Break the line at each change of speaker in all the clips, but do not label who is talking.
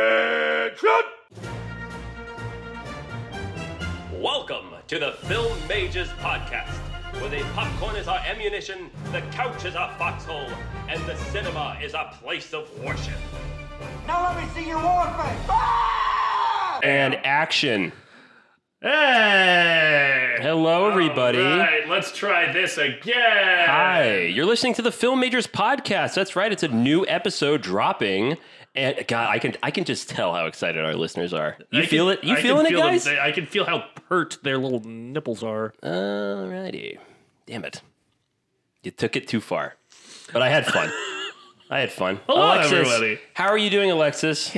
Attention!
Welcome to the Film Mages Podcast, where the popcorn is our ammunition, the couch is our foxhole, and the cinema is our place of worship.
Now let me see your war face.
And action.
Hey!
Hello, everybody.
All right, let's try this again.
Hi, you're listening to the Film Majors podcast. That's right, it's a new episode dropping, and God, I can I can just tell how excited our listeners are. You
I
feel
can-
it? You
I can
feeling it,
feel them.
guys?
They- I can feel how pert their little nipples are.
Alrighty, damn it, you took it too far, but I had fun. I had fun.
Hello,
Alexis,
everybody.
How are you doing, Alexis?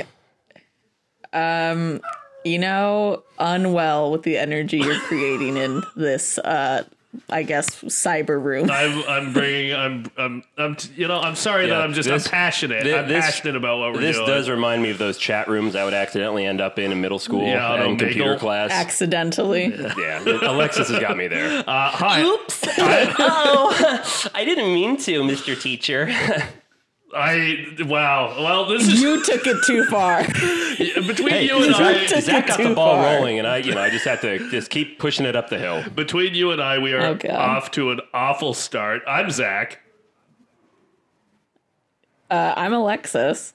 you know, unwell with the energy you're creating in this, uh, I guess, cyber room.
I'm, I'm bringing. I'm, I'm, I'm. t- You know, I'm sorry
Yeah,
that I'm just.
this-
I'm passionate.
thi-
I'm
this-
passionate about what we're
This
doing.
does remind me of those chat rooms I would accidentally end up in in middle school
Yeah, on
and
Omegle.
computer class.
Accidentally.
yeah, Alexis has got me there.
Uh, hi.
Oops.
oh, I didn't mean to, Mr. Teacher.
I. Wow. Well, this is
you took it too far.
between
Hey,
you and
Zach-
I.
Took
Zach
it
got the
too
ball
far.
rolling, and I, you know, I just have to just keep pushing it up the hill.
Between you and I, we are
Oh, God.
off to an awful start. I'm Zach.
Uh, I'm Alexis.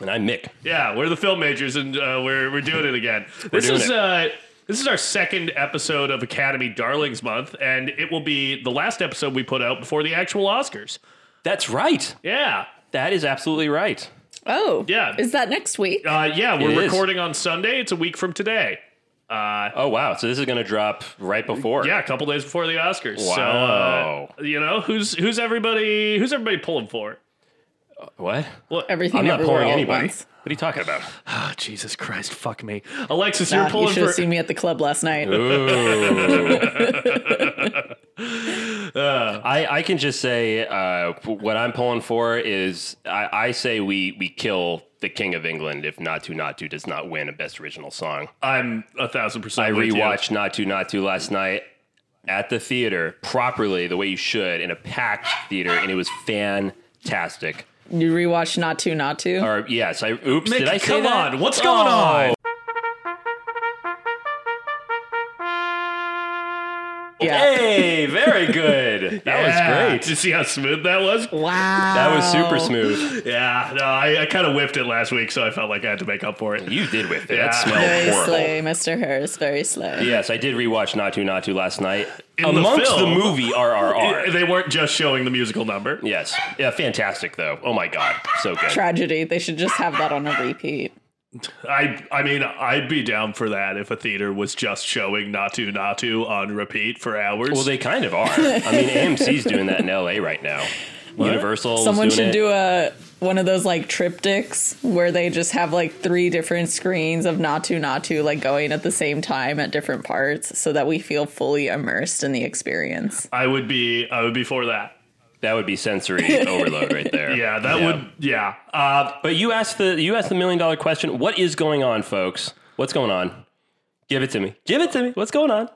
And I'm Mick.
Yeah, we're the film majors, and uh, we're we're doing it again. this
doing
is
it.
uh, this is our second episode of Academy Darlings Month, and it will be the last episode we put out before the actual Oscars.
That's right.
Yeah,
That is absolutely right.
Oh,
Yeah.
Is that next week?
uh, yeah, we're
It is.
recording on Sunday. It's a week from today. Uh,
Oh wow! So this is going to drop right before.
yeah, a couple days before the Oscars.
Wow.
So uh, you know who's who's everybody who's everybody pulling for?
What?
Well,
Everything
I'm not
everywhere
pulling
all at
anybody.
once.
What are you talking about?
oh, Jesus Christ, fuck me, Alexis,
Ah,
you're
you
pulling
should have
for
seen me at the club last night.
I, I can just say uh, what I'm pulling for is I, I say we we kill the King of England if Natu Natu does not win a Best Original Song.
I'm a thousand percent.
I
with you.
rewatched Natu Natu last night at the theater properly, the way you should, in a packed theater, and it was fantastic.
You rewatched Not To, Not To.
Or yes, I oops,
Mick,
did I say
come
that? Oh.
on, what's going on?
Yeah.
Hey, very good. That
Yeah.
was
Did
great.
you see how smooth that was?
Wow.
That was
Oh.
super smooth.
Yeah, no, I, I kind of whiffed it last week, so I felt like I had to make up for it.
You did with it.
Yeah.
That smelled
Very
horrible.
slay, Mr. Harris. Very slay.
Yes, I did rewatch Natu Natu last night.
In the
Amongst the,
film.
movie RRR.
They weren't just showing the musical number.
yes. Yeah, fantastic though. Oh my god. So good.
Tragedy. They should just have that on a repeat.
I, I mean, I'd be down for that if a theater was just showing Natu Natu on repeat for hours.
Well, they kind of are. I mean, AMC's doing that in LA right now. Universal.
Someone
doing
should
it.
do a one of those like triptychs where they just have like three different screens of Natu Natu like going at the same time at different parts so that we feel fully immersed in the experience.
I would be, I would be for that.
That would be sensory overload right there.
Yeah, that would, yeah. Uh,
But you asked the you asked the million dollar question. What is going on, folks? What's going on? Give it to me. Give it to me. What's going on?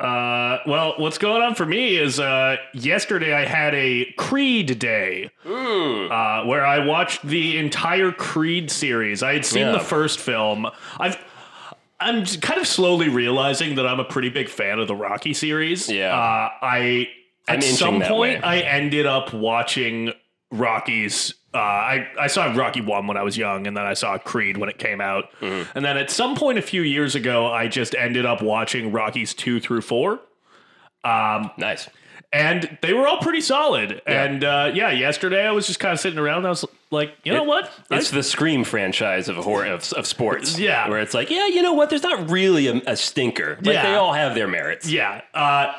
uh, well, what's going on for me is uh, yesterday I had a Creed day uh, where I watched the entire Creed series. I had seen
Yeah.
the first film. I've. I'm j- kind of slowly realizing that I'm a pretty big fan of the Rocky series.
Yeah.
Uh, I
I'm
at
inching
some
that
point
way.
I ended up watching Rocky's. Uh, I I saw Rocky one when I was young, and then I saw Creed when it came out,
Mm-hmm.
and then at some point a few years ago, I just ended up watching Rocky's two through four
Nice.
and they were all pretty solid.
Yeah.
And uh, yeah, yesterday I was just kind of sitting around. And I was like, you know
It-
what?
It's
I-
the Scream franchise of horror of, of sports.
Yeah.
where it's like, yeah, you know what? There's not really a, a stinker. Like
Yeah.
they all have their merits.
yeah. Uh,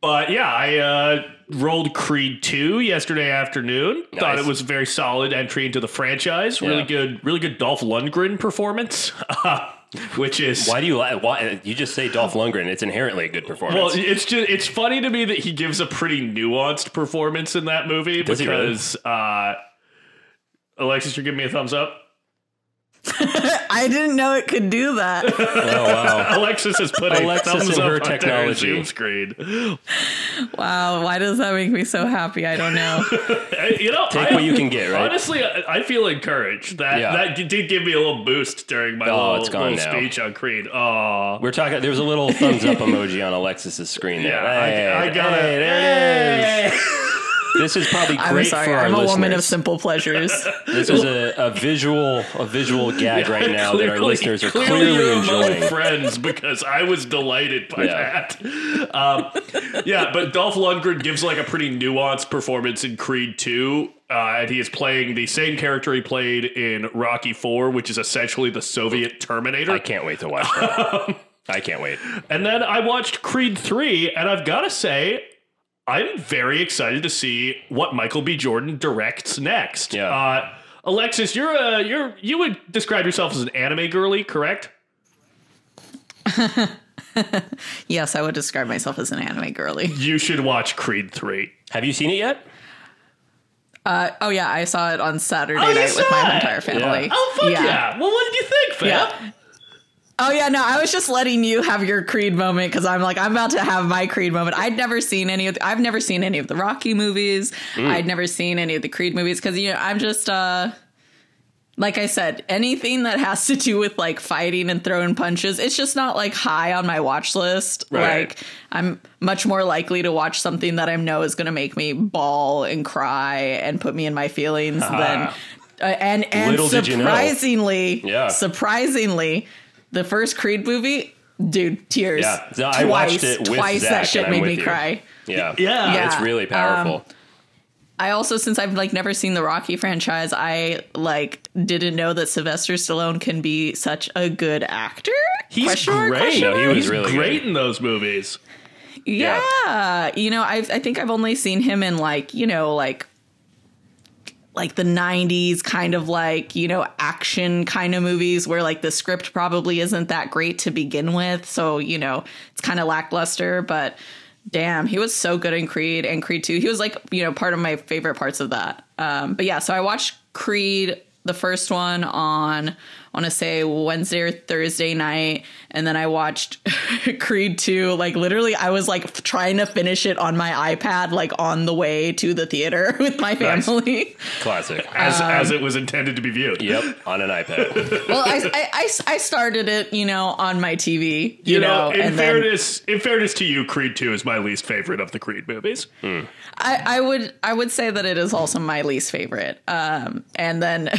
but yeah, I uh, rolled Creed two yesterday afternoon. Thought
Nice.
it was a very solid entry into the franchise. Really
Yeah.
good, really good Dolph Lundgren performance, which is
Why do you like? Why you just say Dolph Lundgren? It's inherently a good performance.
Well, it's just it's funny to me that he gives a pretty nuanced performance in that movie
Does he really?
because uh Alexis, you're giving me a thumbs up.
I didn't know it could do that.
Oh wow.
Alexis has put a
Alexis
thumbs
and
up
her
on Darren's
technology.
Zoom screen. Uh,
Wow, why does that make me so happy? I don't know.
Hey, you know,
Take
I-
what you can get, right?
Honestly, I, I feel encouraged. That
Yeah.
that g- did give me a little boost during my
Oh,
little,
it's gone
little
now.
speech on Creed. Oh,
We're talking. There was a little thumbs up emoji on Alexis's screen. There.
yeah, I, I
Hey,
got
hey,
it.
There it is. This is probably great
I'm sorry.
for our
I'm a
listeners.
woman of simple pleasures.
This is a, a visual, a visual gag right now that our
Clearly-
listeners are
clearly
clearly,
you're among
enjoying.
friends because I was delighted by
Yeah.
that. Um, yeah, but Dolph Lundgren gives like a pretty nuanced performance in Creed 2. Uh, and he is playing the same character he played in Rocky 4, which is essentially the Soviet Terminator.
I can't wait to watch that. I can't wait.
And then I watched Creed 3, and I've got to say, I'm very excited to see what Michael B. Jordan directs next.
Yeah.
Uh, Alexis, you're a you're you would describe yourself as an anime girly, correct?
yes, I would describe myself as an anime girly.
You should watch Creed 3.
Have you seen it yet?
Uh, oh yeah, I saw it on Saturday
Oh, you
night with
saw
my
it?
entire family.
Oh fuck yeah. Well, what did you think, fam?
Yeah. Oh yeah, no, I was just letting you have your Creed moment because I'm like I'm about to have my Creed moment. I'd never seen any of the, I've never seen any of the Rocky movies.
Mm.
I'd never seen any of the Creed movies because you know I'm just uh like I said, anything that has to do with like fighting and throwing punches, it's just not like high on my watch list.
Right.
Like I'm much more likely to watch something that I know is going to make me bawl and cry and put me in my feelings than uh, and and
Little did you know.
surprisingly,
Yeah.
surprisingly, the first Creed movie, dude, tears.
Yeah. No, I watched it with
twice
Zach,
that shit
and I'm
made me
with you.
cry.
Yeah.
Yeah.
Yeah.
It's really
Um,
powerful.
I also, since I've like never seen the Rocky franchise, I like didn't know that Sylvester Stallone can be such a good actor.
He's
Question mark,
great.
question
No, he was
He's
really
great in those movies.
Yeah. You know, I've, I think I've only seen him in like, you know, like, like the 90s kind of like, you know, action kind of movies where like the script probably isn't that great to begin with. So, you know, it's kind of lackluster, but damn, he was so good in Creed and Creed 2. He was like, you know, part of my favorite parts of that. Um, but yeah, so I watched Creed the first one on I want to say Wednesday or Thursday night, and then I watched Creed two. Like literally, I was like f- trying to finish it on my iPad, like on the way to the theater with my
Nice.
family.
Classic.
As
Um,
as it was intended to be viewed.
yep. On an iPad.
well, I, I- I s- I started it, you know, on my TV, you,
You, know,
know,
in
and then
fairness, in fairness to you, Creed Two is my least favorite of the Creed movies.
I, I would I would say that it is also my least favorite. Um, and then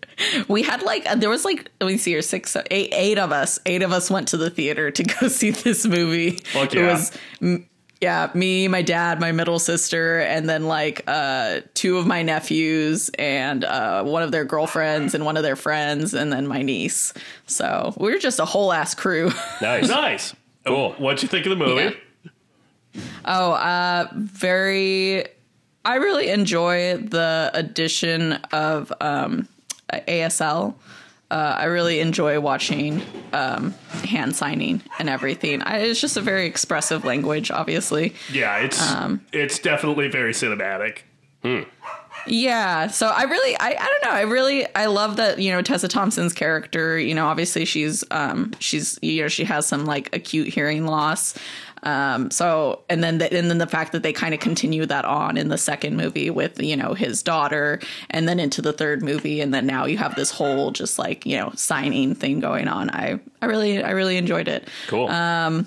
we had like there was like let me see here six eight eight of us eight of us went to the theater to go see this movie.
Fuck
It
yeah.
was m- yeah me my dad my middle sister and then like uh, two of my nephews and uh, one of their girlfriends and one of their friends and then my niece. So we were just a whole ass crew.
Nice.
Nice.
Cool.
What'd you think of the movie?
Yeah. Oh, uh very I really enjoy the addition of um ASL. Uh I really enjoy watching um hand signing and everything. I, it's just a very expressive language, obviously.
Yeah, it's it's definitely very cinematic.
Yeah. So I really, I, I don't know. I really, I love that, you know, Tessa Thompson's character, you know, obviously she's, um, she's, you know, she has some like acute hearing loss. Um, so, and then, the, and then the fact that they kind of continue that on in the second movie with, you know, his daughter and then into the third movie. And then now you have this whole just like, you know, signing thing going on. I, I really, I really enjoyed it.
Cool.
uh,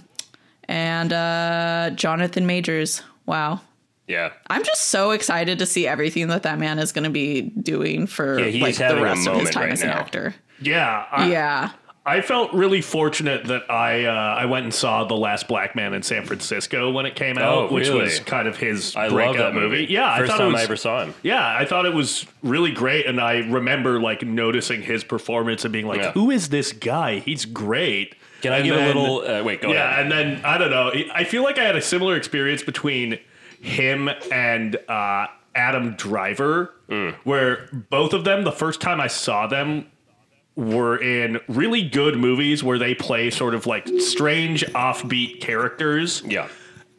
And, uh, Jonathan Majors. Wow.
yeah.
I'm just so excited to see everything that that man is going to be doing for
Yeah, he's
like the
having a
rest of
moment
his time
right
as an
now.
actor.
Yeah, I,
yeah.
I felt really fortunate that I uh, I went and saw The Last Black Man in San Francisco when it came out, which
Oh, really?
was kind of his
I love
breakout
that movie.
movie. Yeah, I
First
thought
time
it was,
I ever saw him.
Yeah, I thought it was really great, and I remember like noticing his performance and being like,
Yeah.
"Who is this guy? He's great."
Can I
And
give
then-
a little? Uh, wait. Go
yeah,
ahead.
and then I don't know. I feel like I had a similar experience between him and uh, Adam Driver,
Mm.
where both of them, the first time I saw them, were in really good movies where they play sort of like strange offbeat characters.
Yeah.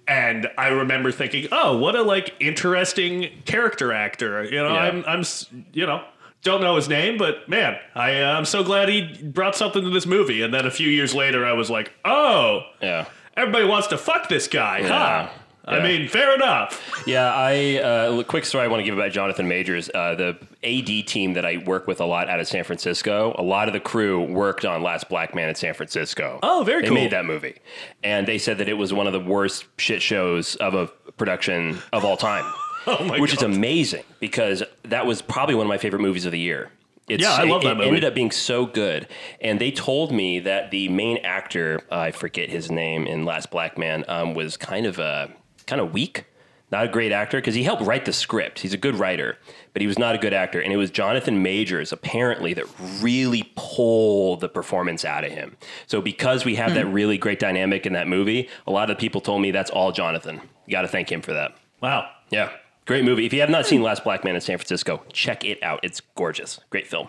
And I remember thinking, oh, what a like interesting character actor. You know,
Yeah.
I'm, I'm, s- you know. Don't know his name, but man, I, uh, I'm so glad he brought something to this movie. And then a few years later, I was like, oh,
Yeah.
everybody wants to fuck this guy, huh? I
Yeah.
mean, fair enough.
Yeah, I uh, l- quick story I want to give about Jonathan Majors, uh, the AD team that I work with a lot out of San Francisco. A lot of the crew worked on Last Black Man in San Francisco.
Oh, very
they
cool.
made that movie, and they said that it was one of the worst shit shows of a production of all time,
Oh my
which
god.
is amazing because that was probably one of my favorite movies of the year. It's,
Yeah, I love
it,
that
it
movie.
ended up being so good, and they told me that the main actor, I forget his name in Last Black Man, um, was kind of uh, kind of weak, not a great actor because he helped write the script. He's a good writer, but he was not a good actor, and it was Jonathan Majors apparently that really pulled the performance out of him. So because we have that
Hmm.
really great dynamic in that movie, a lot of people told me that's all Jonathan. You got to thank him for that.
wow.
Yeah. Great movie. If you have not
Hmm.
seen Last Black Man in San Francisco, check it out. It's gorgeous. Great film.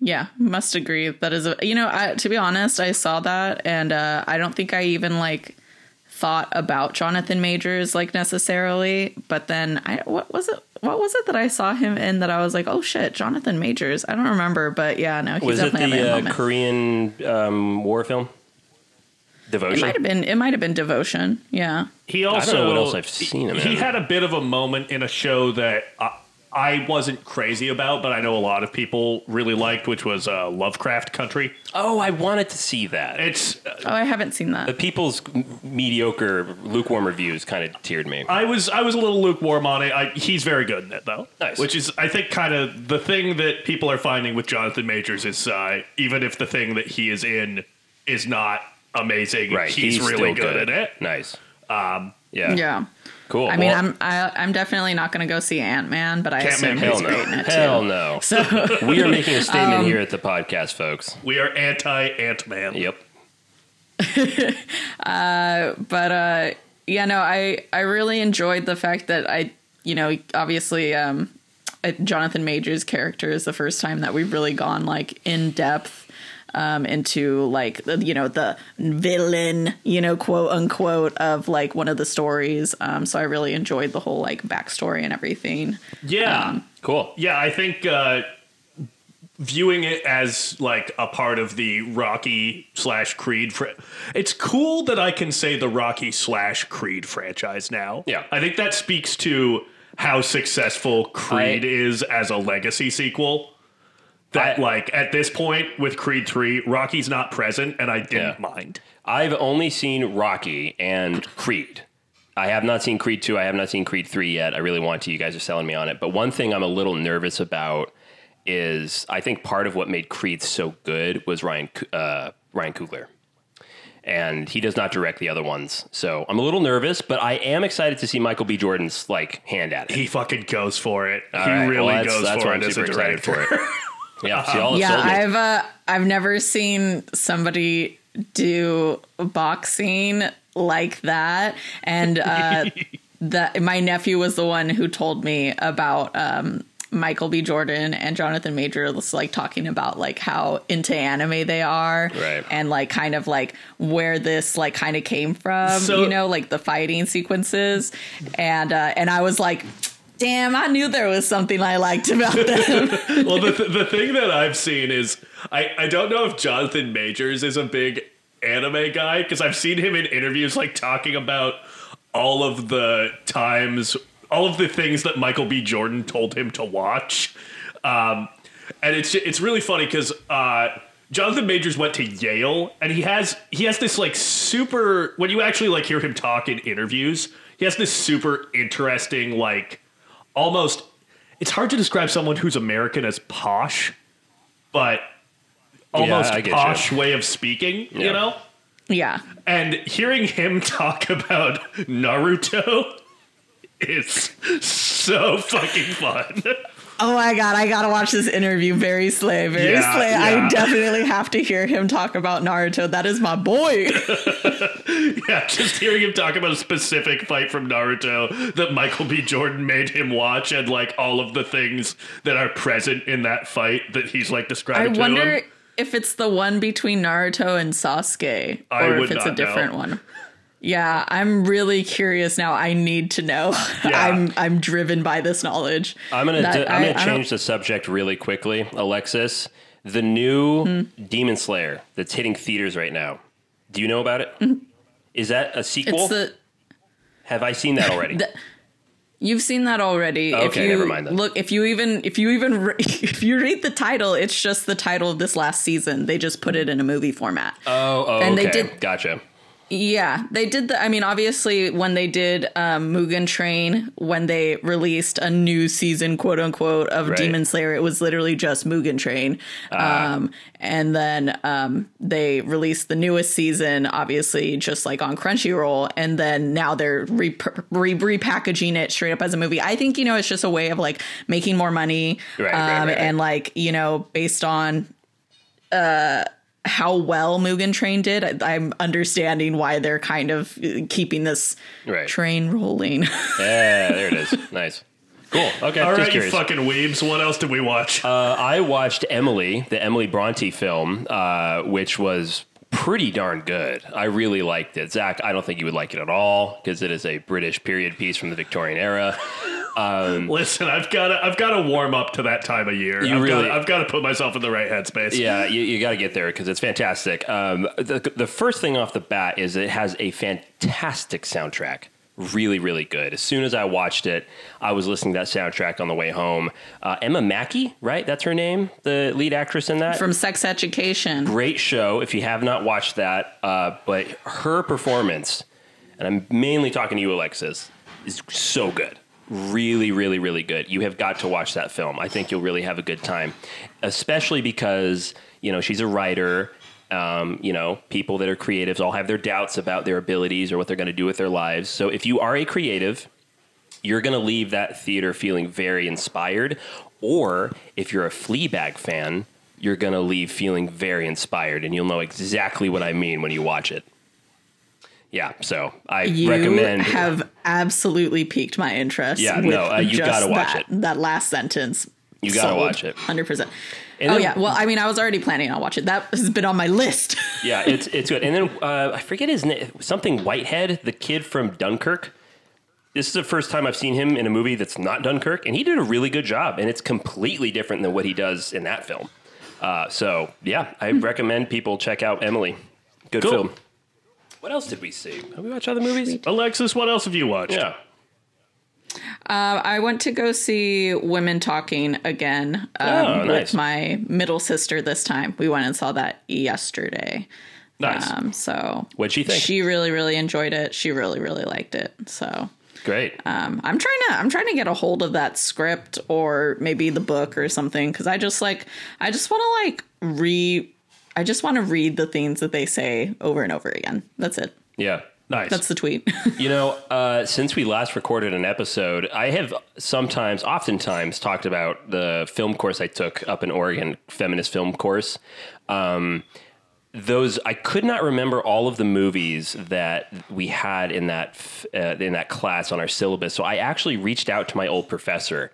Yeah, must agree. That is, a, you know, I, to be honest, I saw that and uh, I don't think I even like thought about Jonathan Majors like necessarily. But then I, what was it? What was it that I saw him in that I was like, oh shit, Jonathan Majors? I don't remember, but yeah, no, he's
Was it
definitely
the
having a
uh,
moment.
Korean um, war film?
it might have
Devotion.
been. It might have been Devotion. Yeah.
He
I
also
don't know what else I've seen him
He
in.
had a bit of a moment in a show that I, I wasn't crazy about, but I know a lot of people really liked, which was uh, Lovecraft Country.
Oh, I wanted to see that.
It's
Oh, I haven't seen that.
The people's m- mediocre, lukewarm reviews kind of teared me.
I was I was a little lukewarm on it. I, he's very good in it though,
Nice.
which is I think kind of the thing that people are finding with Jonathan Majors is uh, even if the thing that he is in is not amazing,
Right.
he's, really
still
good, at it. Um,
Nice. yeah.
yeah.
Cool.
I mean,
Well,
I'm I, I'm definitely not going to go see Ant Man, but I assume
Man,
Hell
he's great
no.
in it
Hell
too.
no.
So um,
We are making a statement here at the podcast, folks.
We are anti Ant Man.
Yep.
but uh yeah no i i really enjoyed the fact that i you know obviously um uh, jonathan major's character is the first time that we've really gone like in depth um into like the, you know the villain you know quote unquote of like one of the stories um so i really enjoyed the whole like backstory and everything
Yeah.
Um, Cool.
Yeah, I think uh, viewing it as like a part of the Rocky slash Creed. Fr- it's cool that I can say the Rocky slash Creed franchise now.
Yeah.
I think that speaks to how successful Creed
I-
is as a legacy sequel. That
I-
like at this point with Creed three, Rocky's not present, and I didn't
Yeah.
mind.
I've only seen Rocky and Creed. I have not seen Creed 2. I have not seen Creed 3 yet. I really want to. You guys are selling me on it. But one thing I'm a little nervous about is I think part of what made Creed so good was Ryan Coo- uh, Ryan Coogler. And he does not direct the other ones. So I'm a little nervous, but I am excited to see Michael B. Jordan's like hand at it.
He fucking goes for it.
All
he
right,
really
well, that's-
goes
that's
for
why
it
I'm
as a
super excited
director.
for it. Yeah, see, all have
yeah
sold me.
i've uh i've never seen somebody do boxing like that and uh that my nephew was the one who told me about um Michael B. Jordan and Jonathan Majors like talking about like how into anime they are
Right.
and like kind of like where this like kind of came from,
So-
you know, like the fighting sequences. And uh and I was like, damn, I knew there was something I liked about them.
well, the, th- the thing that I've seen is I, I don't know if Jonathan Majors is a big anime guy because I've seen him in interviews like talking about all of the times, all of the things that Michael B. Jordan told him to watch. Um, and it's it's really funny because uh, Jonathan Majors went to Yale, and he has he has this like super. When you actually like hear him talk in interviews, he has this super interesting like almost. It's hard to describe someone who's American as posh, but almost
I get you.
posh way of speaking. You
Yeah.
know,
yeah.
and hearing him talk about Naruto is so fucking fun.
Oh my god, I gotta watch this interview very slay, very
Yeah,
slay.
yeah.
I definitely have to hear him talk about Naruto. That is my boy.
Yeah, just hearing him talk about a specific fight from Naruto that Michael B. Jordan made him watch, and like all of the things that are present in that fight that he's like
I
describing to
wonder
him.
if it's the one between Naruto and Sasuke,
I
or
would
if it's a
not know.
different one. Yeah, I'm really curious now. I need to know.
Yeah.
I'm I'm driven by this knowledge.
I'm gonna di-
That-
I'm
I-
gonna
I don't-
change the subject really quickly, Alexis. The new
Hmm.
Demon Slayer that's hitting theaters right now. Do you know about it? Is that a sequel?
Mm-hmm. It's the
Have I seen that already?
The- You've seen that already. if
Okay,
you
never mind then.
Look, if you even if you even re- if you read the title, it's just the title of this last season. They just put it in a movie format.
oh, oh,
and
okay.
they did-
gotcha.
yeah, they did the. I mean, obviously, when they did um, Mugen Train, when they released a new season, quote unquote, of
Right.
Demon Slayer, it was literally just Mugen Train. Um, and then um, they released the newest season, obviously, just like on Crunchyroll. And then now they're re- re- repackaging it straight up as a movie. I think you know it's just a way of like making more money,
Right, right,
um,
right, right.
and like you know based on uh, how well Mugen Train did, I, I'm understanding why they're kind of uh, keeping this
Right.
train rolling.
Yeah, there it is. nice. Cool. Okay.
All
just
right, you
curious.
fucking weebs. What else did we watch?
Uh, I watched Emily, the Emily Bronte film, uh, which was pretty darn good. I really liked it. Zach, I don't think you would like it at all because it is a British period piece from the Victorian era.
Listen, I've got to, I've got to warm up to that time of year.
You
I've
really-
got I've got to put myself in the right headspace.
Yeah, you, you got to get there because it's fantastic. Um, the, the first thing off the bat is it has a fantastic soundtrack. Really, really good. As soon as I watched it, I was listening to that soundtrack on the way home. Uh, Emma Mackey, right? That's her name, the lead actress in that.
From Sex Education,
great show if you have not watched that. Uh, but her performance, and I'm mainly talking to you, Alexis, is so good. Really, really, really good. You have got to watch that film. I think you'll really have a good time, especially because you know she's a writer. Um, you know, people that are creatives all have their doubts about their abilities or what they're going to do with their lives. So if you are a creative you're going to leave that theater feeling very inspired. Or if you're a Fleabag fan, you're going to leave feeling very inspired, and you'll know exactly what I mean when you watch it. Yeah, so I
you
recommend.
have absolutely piqued my interest.
Yeah,
with
no, uh, you
just
gotta watch
that,
it.
That last sentence.
You gotta
Sold.
watch it.
100%.
And
oh,
then-
yeah. Well, I mean, I was already planning on watching it. That has been on my list.
yeah, it's it's good. And then uh, I forget his name, something Whitehead, the kid from Dunkirk. This is the first time I've seen him in a movie that's not Dunkirk, and he did a really good job. And it's completely different than what he does in that film. Uh, so yeah, I recommend people check out Emily. Good
Cool.
film. What else did we see? Have we watched other movies?
Alexis, what else have you watched?
Yeah.
Uh, I went to go see Women Talking again um,
Oh, nice.
with my middle sister this time. We went and saw that yesterday.
Nice.
Um, so
What'd she think?
She really, really enjoyed it. She really, really liked it. So
Great.
um, I'm trying to I'm trying to get a hold of that script or maybe the book or something because I just like I just want to like re I just want to read the things that they say over and over again. That's it.
yeah.
Nice.
That's the tweet.
You know, uh, since we last recorded an episode, I have sometimes, oftentimes, talked about the film course I took up in Oregon, feminist film course. Um, those I could not remember all of the movies that we had in that f- uh, in that class on our syllabus. So I actually reached out to my old professor,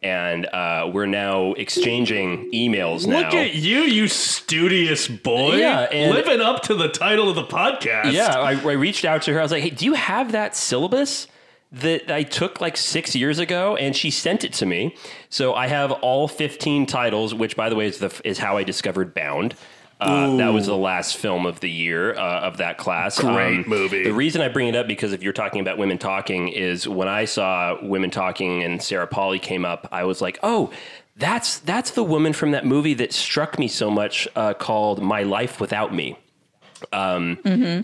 and uh, we're now exchanging emails now.
Look at you, you studious boy.
Yeah, and-
living up to the title of the podcast.
Yeah, I, I reached out to her. I was like, "Hey, do you have that syllabus that I took like six years ago?" And she sent it to me. So I have all fifteen titles, which, by the way, is the is how I discovered Bound. Uh, that was the last film of the year uh, of that class. Um,
Great movie.
The reason I bring it up because if you're talking about women talking is when I saw women talking and Sarah Polly came up, I was like, oh. That's that's the woman from that movie that struck me so much uh, called My Life Without Me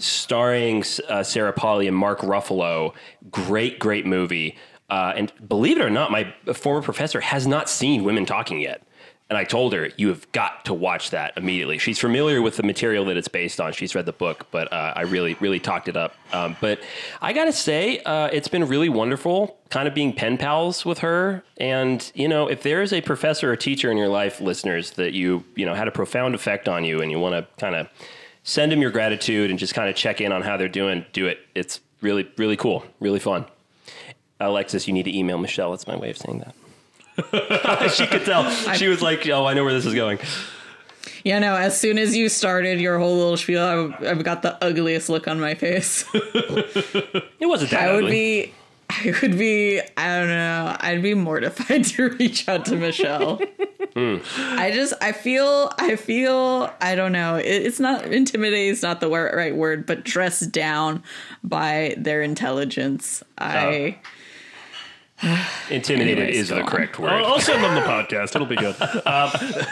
starring uh, Sarah Polly and Mark Ruffalo. Great, great movie. Uh, and believe it or not, my former professor has not seen Women Talking yet. And I told her, you have got to watch that immediately. She's familiar with the material that it's based on. She's read the book, but uh, I really, really talked it up. Um, but I got to say, uh, it's been really wonderful kind of being pen pals with her. And, you know, if there is a professor or teacher in your life, listeners, that you, you know, had a profound effect on you and you want to kind of send them your gratitude and just kind of check in on how they're doing. Do it. It's really, really cool, really fun. Alexis, you need to email Michelle. That's my way of saying that. she could tell. She was like, "Oh, I know where this is going."
Yeah, no, as soon as you started your whole little spiel, I, I've got the ugliest look on my face.
It wasn't that
I would
ugly.
be, I would be, I don't know, I'd be mortified to reach out to Michelle.
Hmm.
I just, I feel, I feel, I don't know, it, it's not, intimidate is not the wor- right word, but dressed down by their intelligence. I,
Intimidated
Anyways,
is
go
the
on.
correct word.
I'll, I'll send them the podcast. It'll be good.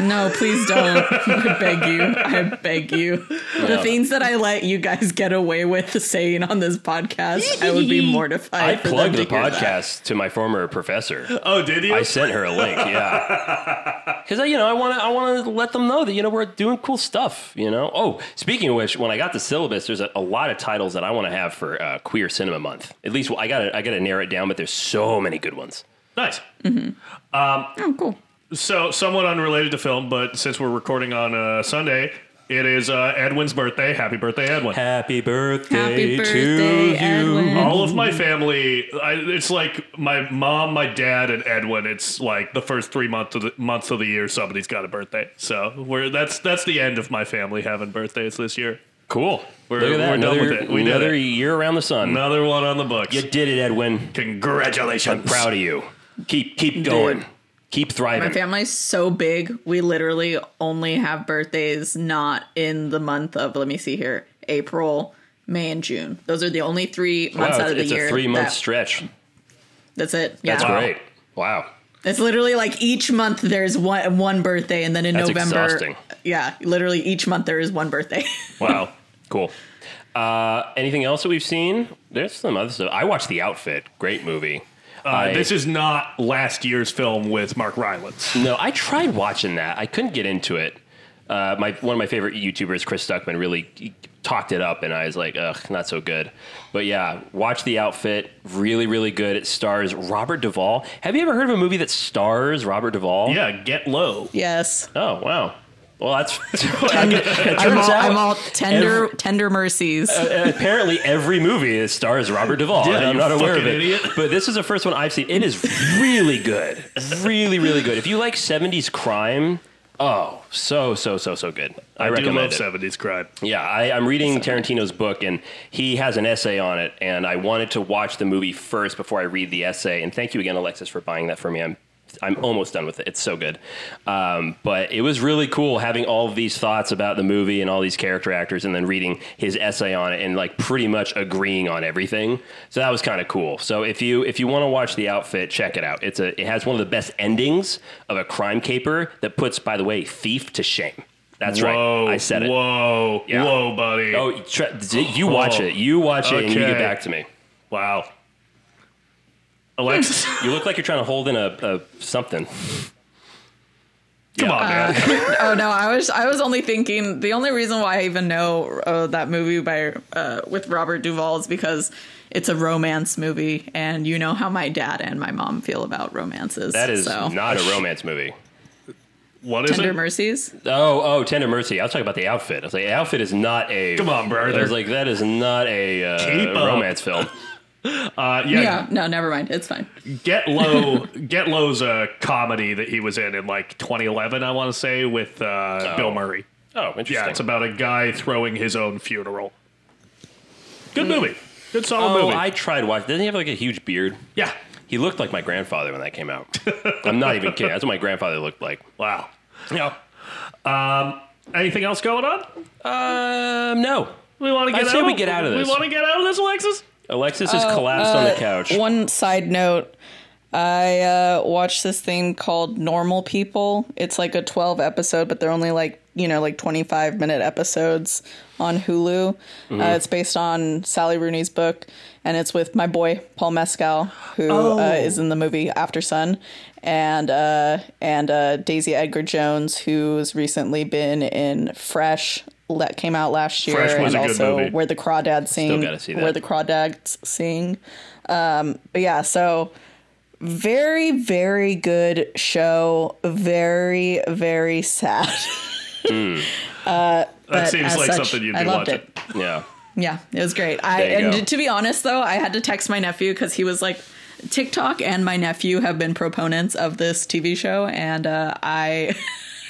no, please don't. I beg you. I beg you. The things that I let you guys get away with saying on this podcast, I would be mortified.
I
for them
plugged
to
the
hear that.
podcast to my former professor.
Oh, did you?
I sent her a link, yeah. Because you know, I want to, I want to let them know that you know we're doing cool stuff. You know. Oh, speaking of which, when I got the syllabus, there's a, a lot of titles that I want to have for uh, Queer Cinema Month. At least well, I got to, I got to narrow it down, but there's so many good ones.
nice.
Oh, cool.
So, somewhat unrelated to film, but since we're recording on uh, Sunday, it is uh, Edwin's birthday. Happy birthday, Edwin.
Happy birthday,
Happy birthday, Edwin.
Oh,
All of my family, I, it's like my mom, my dad, and Edwin. It's like the first three months of the, months of the year, somebody's got a birthday. So we're that's that's the end of my family having birthdays this year.
Cool.
We're-
Look at that.
we're done
another,
with it. We did
another
it.
year around the sun.
Another one on the books.
You did it, Edwin.
Congratulations!
I'm proud of you. Keep keep going. Keep
My
thriving.
family's so big, we literally only have birthdays not in the month of, let me see here, April, May, and June. Those are the only three months
it's
out of the
it's
year.
a three month
that-
stretch.
That's it. Yeah.
That's great. Wow.
It's literally like each month there's one, one birthday, and then in
That's
November.
exhausting.
Yeah, literally each month there is one birthday.
Wow. cool. Uh, anything else that we've seen? There's some other stuff. I watched The Outfit. Great movie. I-
Uh, this is not last year's film with Mark Rylance.
No, I tried watching that. I couldn't get into it. Uh, my one of my favorite YouTubers, Chris Stuckman, really talked it up, and I was like, "Ugh, not so good." But yeah, watch the outfit. Really, really good. It stars Robert Duvall. Have you ever heard of a movie that stars Robert Duvall?
Yeah, get low.
yes.
Oh wow. Well, that's
I'm, I'm all,
out
I'm all tender, tender mercies.
Uh, apparently every movie is stars Robert Duvall.
Yeah,
and I'm
you
not aware of
fucking
it.
idiot.
But this is the first one I've seen. It is really good. Really, really good. If you like 70s crime, oh, so, so, so, so good.
I
I,
do
recommend
love
it.
seventies crime.
Yeah, I, I'm reading Tarantino's book, and he has an essay on it. And I wanted to watch the movie first before I read the essay. And thank you again, Alexis, for buying that for me. I'm I'm almost done with it. It's so good. Um, but it was really cool having all of these thoughts about the movie and all these character actors, and then reading his essay on it and like pretty much agreeing on everything. So that was kind of cool. So if you if you want to watch the outfit, check it out. It's a it has one of the best endings of a crime caper that puts, by the way, thief to shame. That's
Whoa!
right. I said it.
Whoa!
Yeah.
Whoa, buddy!
Oh, tra- d- you watch it. You watch it, and you
Okay.
get back to me.
wow! Alexis,
You look like you're trying to hold in a, a something.
come on, man.
oh no, I was I was only thinking the only reason why I even know uh, that movie by uh, with Robert Duvall is because it's a romance movie, and you know how my dad and my mom feel about romances.
That is
so.
not a romance movie.
What is
Tender
it?
Mercies.
Oh, oh, Tender Mercy. I was talking about the outfit. I was like, the outfit is not a.
Come on, brother.
I was like, that is not a
Keep
uh,
up.
romance film.
Uh,
Yeah.
yeah,
no, never mind. It's fine.
Get Low. Get Low's a comedy that he was in in like 2011, I want to say, with uh, Bill Murray.
Oh, interesting.
Yeah, it's about a guy throwing his own funeral. Good movie. Good solid
Hmm. oh,
movie.
I tried watching. Doesn't he have like a huge beard?
yeah.
He looked like my grandfather when that came out. I'm not even kidding. That's what my grandfather looked like.
Wow.
No.
Anything else going on?
Um, no.
We want to
I
get
say
out.
we get out of this.
We want to get out of this, Alexis.
Alexis is collapsed on the couch.
Uh, One side note. I uh, watched this thing called Normal People. It's like a 12 episode, but they're only like, you know, like 25 minute episodes on Hulu.
Mm-hmm.
Uh, it's based on Sally Rooney's book, and it's with my boy, Paul Mescal, who
Oh.
uh, is in the movie After Sun, and, uh, and uh, Daisy Edgar Jones, who's recently been in Fresh. That came out last year,
Fresh was
and
a good
also
movie.
where the crawdads sing,
gotta see that.
where the crawdads sing. Um, But yeah, so very, very good show. Very, very sad.
That
but
seems
as
like
such,
something you'd
I
be
loved
watching.
it.
yeah.
Yeah, it was great. I
There you
and
go.
to be honest though, I had to text my nephew because he was like, TikTok and my nephew have been proponents of this TV show, and uh, I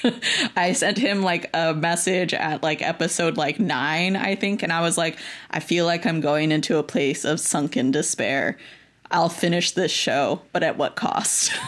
I sent him like a message at like episode like nine, I think, and I was like, I feel like I'm going into a place of sunken despair. I'll finish this show, but at what cost?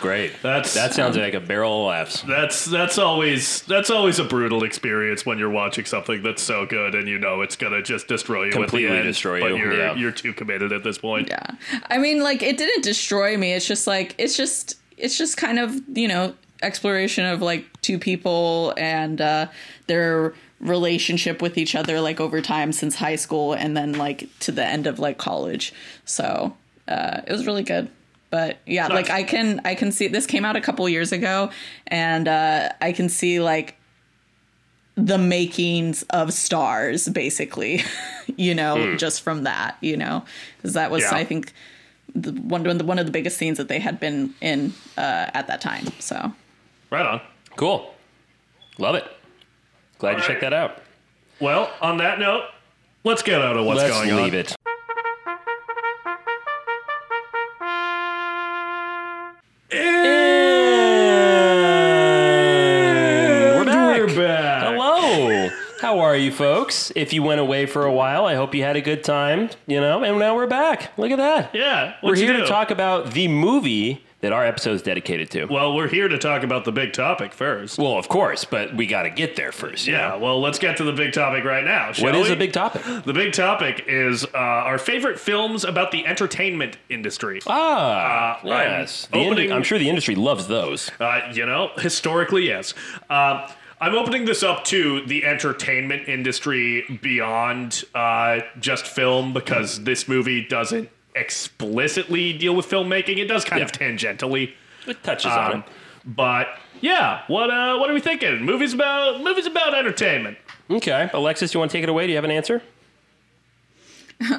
Great.
That's-
that sounds like a barrel of laughs.
That's that's always that's always a brutal experience when you're watching something that's so good and you know it's gonna just destroy you. at the
Completely
end,
destroy
but
you,
You're,
yeah.
you're too committed at this point.
yeah. I mean, like it didn't destroy me. It's just like it's just it's just kind of, you know, exploration of like two people and uh their relationship with each other like over time since high school and then like to the end of like college. So, uh it was really good. But yeah, like I can I can see this came out a couple years ago and uh I can see like the makings of stars basically you know
Hmm.
just from that you know because that was
Yeah.
i think the one, one, one of the biggest scenes that they had been in uh, at that time so
Right on.
Cool. Love it. Glad you checked that out.
Well, on that note, let's get out of what's
Let's
going
leave
on.
it. We're back.
We're back.
Hello. How are you folks? If you went away for a while, I hope you had a good time, you know, and now we're back. Look at that.
Yeah,
We're
what'd you
here to
do?
talk about the movie that our episode is dedicated to. Well,
Well, we're here to talk about the big topic first.
of course, but we got to get there first. you
Yeah,
know?
well, let's get to the big topic right now. Shall
What is
we?
a big topic?
The big topic is uh, our favorite films about the entertainment industry.
Ah,
Uh,
yes.
I'm
The ind-
opening-
I'm sure the industry loves those.
Uh, you know, historically, yes. Um I'm opening this up to the entertainment industry beyond uh, just film because this movie doesn't explicitly deal with filmmaking. It does kind of tangentially.
It touches on
Um,
it.
but yeah, what uh, what are we thinking? Movies about movies about entertainment.
Okay. Alexis, you want to take it away? Do you have an answer?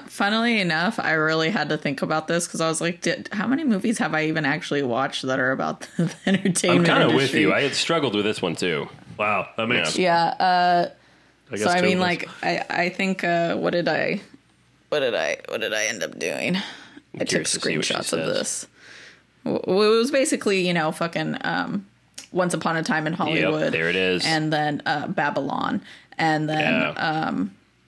funnily enough i really had to think about this because i was like Did, how many movies have i even actually watched that are about the,
I'm
entertainment
kind of with
industry?
you. I had struggled with this one too.
Wow, that makes.
yeah uh
I guess
so i
two
mean
of us.
like i i think uh what did i what did i what did i end up doing i took
curious to see what she
screenshots of
says.
this W- w- it was basically you know fucking um once upon a time in hollywood
there it is.
and then uh babylon and
Oh,
then
Yeah.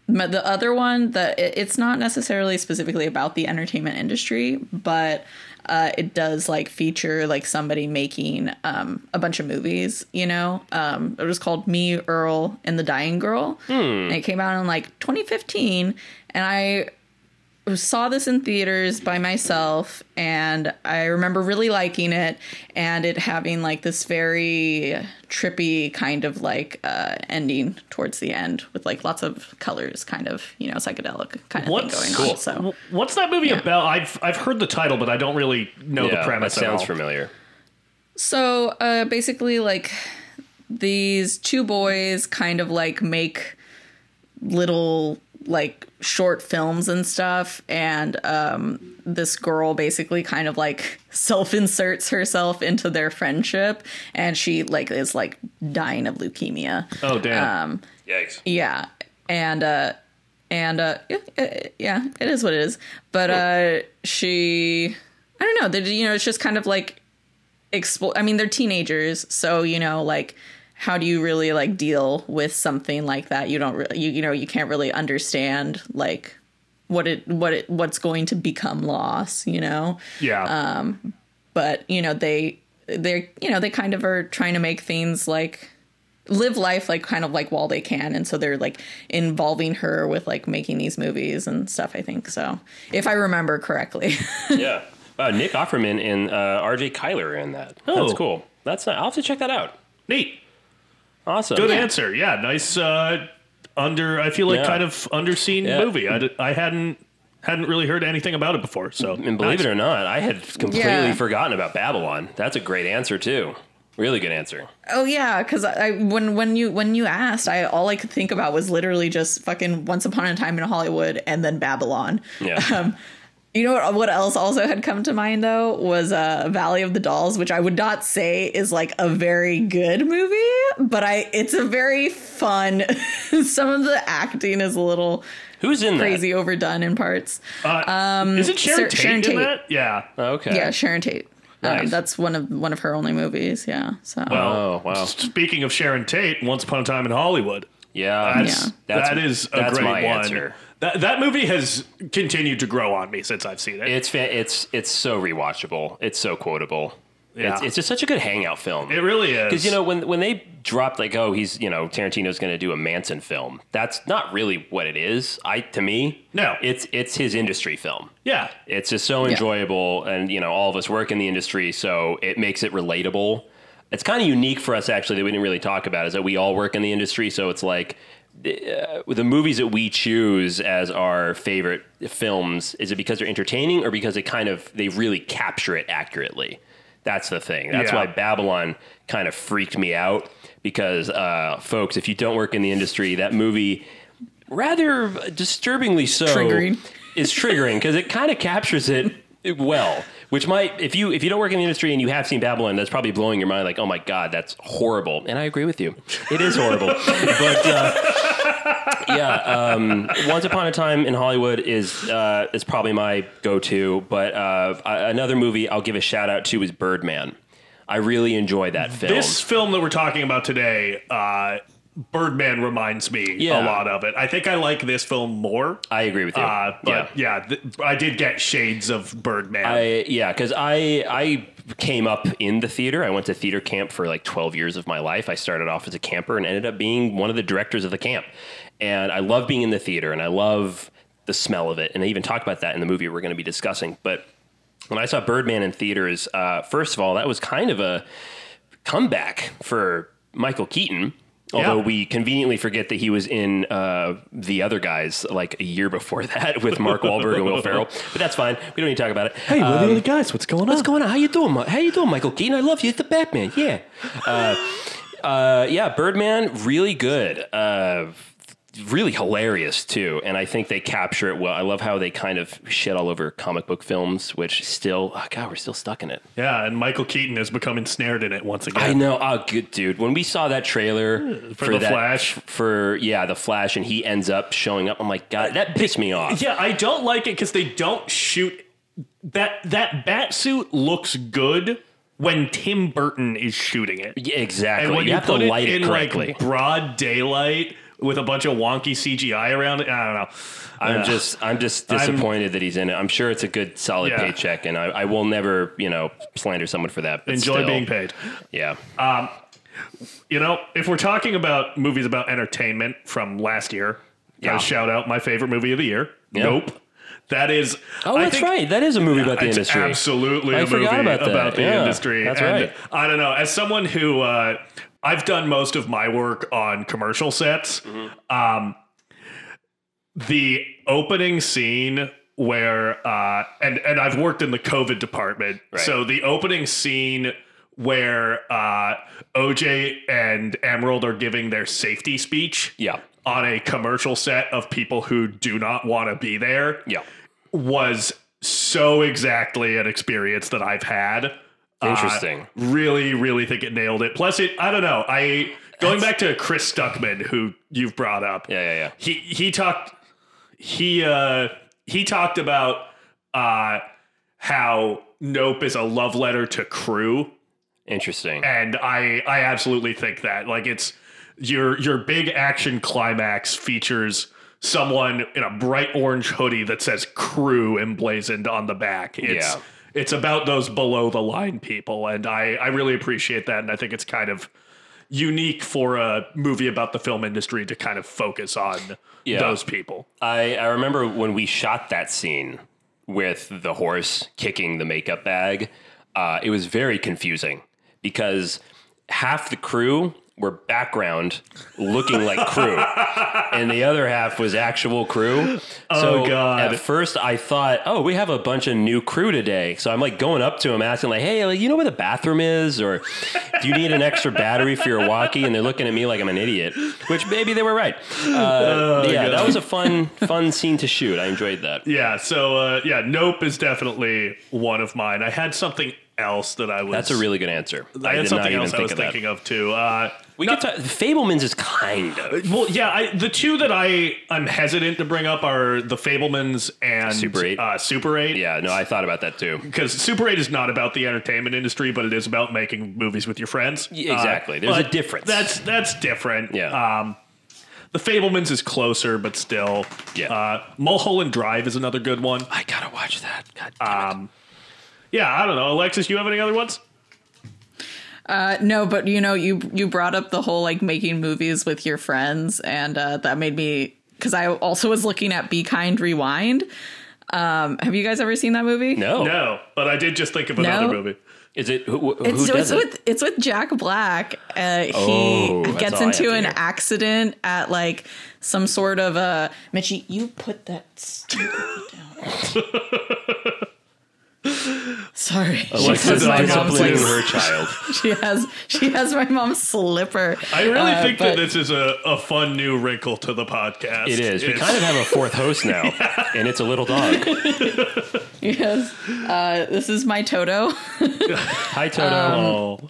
but the other one that it- it's not necessarily specifically about the entertainment industry, but uh, it does like feature like somebody making um, a bunch of movies. You know, um, it was called Me Earl and the Dying Girl, and it came out in like 2015, and I saw this in theaters by myself and I remember really liking it and it having like this very trippy kind of like uh ending towards the end with like lots of colors kind of, you know, psychedelic kind of thing going on. So
wh- what's that movie about? I've I've heard the title, but I don't really know
Yeah,
the premise.
That
at
sounds
all.
familiar.
So uh, basically, like these two boys kind of like make little like short films and stuff and um this girl basically kind of like self-inserts herself into their friendship and she like is like dying of leukemia
Oh damn!
Um,
Yikes.
yeah and uh and uh yeah, uh, yeah it is what it is but uh she i don't know they you know it's just kind of like expo- i mean they're teenagers so you know like how do you really like deal with something like that you don't really you, you know you can't really understand like what it what it what's going to become loss you know
yeah,
uh, but you know they they're you know they kind of are trying to make things like live life like kind of like while they can and so they're like involving her with like making these movies and stuff i think so if i remember correctly
yeah. Wow, Nick Offerman and uh, RJ Kyler are in that. Oh. That's cool. That's not, I'll have to check that out.
neat.
Awesome.
Good answer. Yeah, nice. Uh, under I feel like
Yeah.
kind of underseen
Yeah.
movie. I, d- I hadn't hadn't really heard anything about it before. So
Mm, And believe it or not, I had completely
Yeah.
forgotten about Babylon. That's a great answer too. Really good answer.
oh yeah because I, I when when you when you asked i all i could think about was literally just fucking once upon a time in hollywood and then babylon
Yeah.
You know what, what else also had come to mind though was uh, Valley of the Dolls, which I would not say is like a very good movie, but I it's a very fun. some of the acting is a little
Who's in
crazy overdone in parts.
uh, is it Sharon
Sir-
Tate
Um, Sharon
in
Tate.
that? Yeah.
that? Okay.
Yeah, Sharon Tate. Um,
Nice.
that's one of one of her only movies. Yeah. So
Oh, wow.
Speaking of Sharon Tate, Once Upon a Time in Hollywood.
Yeah,
That's,
Yeah.
that is a
that's
great
my
one.
answer.
That that movie has continued to grow on me since I've seen it.
It's fa- it's it's so rewatchable. It's so quotable. It's,
Yeah.
it's just such a good hangout film.
It really is.
Because you know when when they dropped like oh he's you know Tarantino's going to do a Manson film that's not really what it is I to me
No.
it's it's his industry film
yeah,
it's just so enjoyable and you know all of us work in the industry so it makes it relatable it's kind of unique for us actually that we didn't really talk about is that we all work in the industry so it's like uh, the movies that we choose as our favorite films is it because they're entertaining or because they kind of they really capture it accurately that's the thing that's
Yeah.
why babylon kind of freaked me out because uh, folks if you don't work in the industry that movie rather disturbingly so
Triggering.
is triggering because it kind of captures it well which might if you if you don't work in the industry and you have seen babylon that's probably blowing your mind like oh my god that's horrible and i agree with you it is horrible but uh, yeah um, once upon a time in hollywood is uh, is probably my go-to but uh, a- another movie i'll give a shout out to is birdman i really enjoy that film
this film that we're talking about today, uh, Birdman reminds me
Yeah.
a lot of it. I think I like this film more.
i agree with you
Uh, but yeah, th- I did get shades of Birdman.
I, yeah, because I I came up in the theater. I went to theater camp for like twelve years of my life. I started off as a camper and ended up being one of the directors of the camp. And I love being in the theater, and I love the smell of it. And I even talked about that in the movie we're going to be discussing. But when I saw Birdman in theaters, uh, first of all, that was kind of a comeback for Michael Keaton. Although
Yeah.
we conveniently forget that he was in uh, the other guys like a year before that with Mark Wahlberg and Will Ferrell, but that's fine. We don't need to talk about it. Hey,
what are the guys? What's going
what's going on? How you doing? Mi- How you doing, Michael Keaton? I love you. It's the Batman. Yeah. Uh, uh, yeah, Birdman, really good. Uh, really hilarious too, and I think they capture it well. I love how they kind of shit all over comic book films, which still, oh God, we're still stuck in it.
Yeah, and Michael Keaton has become ensnared in it once again.
I know. Oh, good dude. When we saw that trailer
For The
that-
Flash?
for yeah, the Flash, and he ends up showing up. I'm like, God, that pissed me off.
Yeah, I don't like it because they don't shoot that that bat suit looks good when Tim Burton is shooting it.
Yeah, exactly.
And when
you,
you,
have to
put
light
it
it,
in
correctly.
like broad daylight with a bunch of wonky CGI around it, I don't know.
I'm
Yeah.
just, I'm just disappointed that he's in it. I'm sure it's a good, solid
Yeah.
paycheck, and I, I will never, you know, slander someone for that. But
enjoy
still,
being paid.
Yeah,
You know, if we're talking about movies about entertainment from last year,
Yeah.
gotta shout out my favorite movie of the year.
Yeah.
Nope. That is
Oh,
I
that's
think-
right. That is a movie about the
It's
industry.
absolutely
I
a movie
forgot about
about,
that.
the
Yeah,
industry.
that's
And
right.
I don't know. As someone who uh, I've done most of my work on commercial sets,
Mm-hmm.
um, the opening scene where uh, and and I've worked in the COVID department,
Right.
so the opening scene where uh, OJ and Emerald are giving their safety speech,
Yeah.
on a commercial set of people who do not want to be there,
yeah.
was so exactly an experience that I've had. Uh,
Interesting.
really, really think it nailed it. Plus, it I don't know. I going back to Chris Stuckman, who you've brought up.
Yeah, yeah, yeah.
He he talked he uh he talked about uh how Nope is a love letter to crew
Interesting.
and I I absolutely think that like it's your your big action climax features someone in a bright orange hoodie that says crew emblazoned on the back. It's
Yeah.
it's about those below the line people and I I really appreciate that and I think it's kind of unique for a movie about the film industry to kind of focus on
Yeah.
those people.
I, I remember when we shot that scene with the horse kicking the makeup bag, uh, it was very confusing because half the crew were background looking like crew, and the other half was actual crew.
Oh, God.
At first, I thought, oh, we have a bunch of new crew today. So I'm like going up to him asking, like, hey, like, you know where the bathroom is? Or do you need an extra battery for your walkie? And they're looking at me like I'm an idiot, which maybe they were right.
Oh,
Uh, yeah, that was a fun, fun scene to shoot. I enjoyed that.
Yeah, so uh, yeah, Nope is definitely one of mine. I had something else that I was.
That's a really good answer.
I had
did not
something
even
else I
think
was
of that.
thinking of too. Uh,
We
not-
could ta- Fableman's is kind of
Well, yeah, I, the two that I I'm hesitant to bring up are the Fablemans and
Super 8.
Uh, Super Eight.
yeah. No, I thought about that too.
Because Super 8 is not about the entertainment industry, but it is about making movies with your friends. Uh,
Yeah, exactly. There's a
but
difference.
That's that's different.
Yeah.
Um, the Fablemans is closer, but still.
Yeah.
Uh, Mulholland Drive is another good one.
I gotta watch that. God
Um, yeah, I don't know. Alexis, you have any other ones?
Uh, no, but you know, you you brought up the whole like making movies with your friends, and uh, that made me because I also was looking at Be Kind Rewind. Um, have you guys ever seen that movie?
no.
No, but I did just think of another
No?
movie.
Is it who, who
It's,
does
it's
it?
with it's with Jack Black. Uh, he
Oh, that's all
gets
I have
into
to
an
hear.
accident at like some sort of a Mitchie. You put that stupid down. Sorry, she
Alexis
has
is
my
disciplining
mom's
her child.
she has she has my mom's slipper.
I really
Uh,
think that
but-
this is a, a fun new wrinkle to the podcast.
It is. We
It's-
kind of have a fourth host now, and it's a little dog.
Yes. Uh, this is my Toto.
Hi, Toto.
Oh.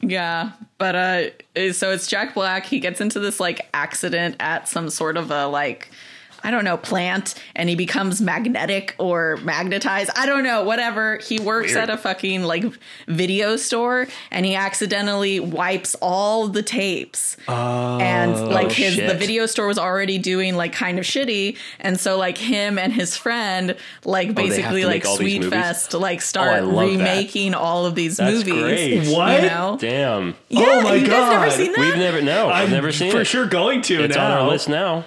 yeah. But uh so it's Jack Black. He gets into this like accident at some sort of a like I don't know, plant and he becomes magnetic or magnetized. I don't know, whatever. He works
Weird.
at a fucking like video store and he accidentally wipes all the tapes. and like his the
Oh, shit.
video store was already doing like kind of shitty and so like him and his friend
Oh,
like
have to
basically
make
like
all these
sweet
movies? Oh,
fest like start
love that.
remaking all of these
That's
movies
great.
you
What?
know?
Damn.
yeah,
Oh my
you guys
God.
never seen that
We've never no. i have never seen
for
it.
sure going to
It's on
now.
our list now.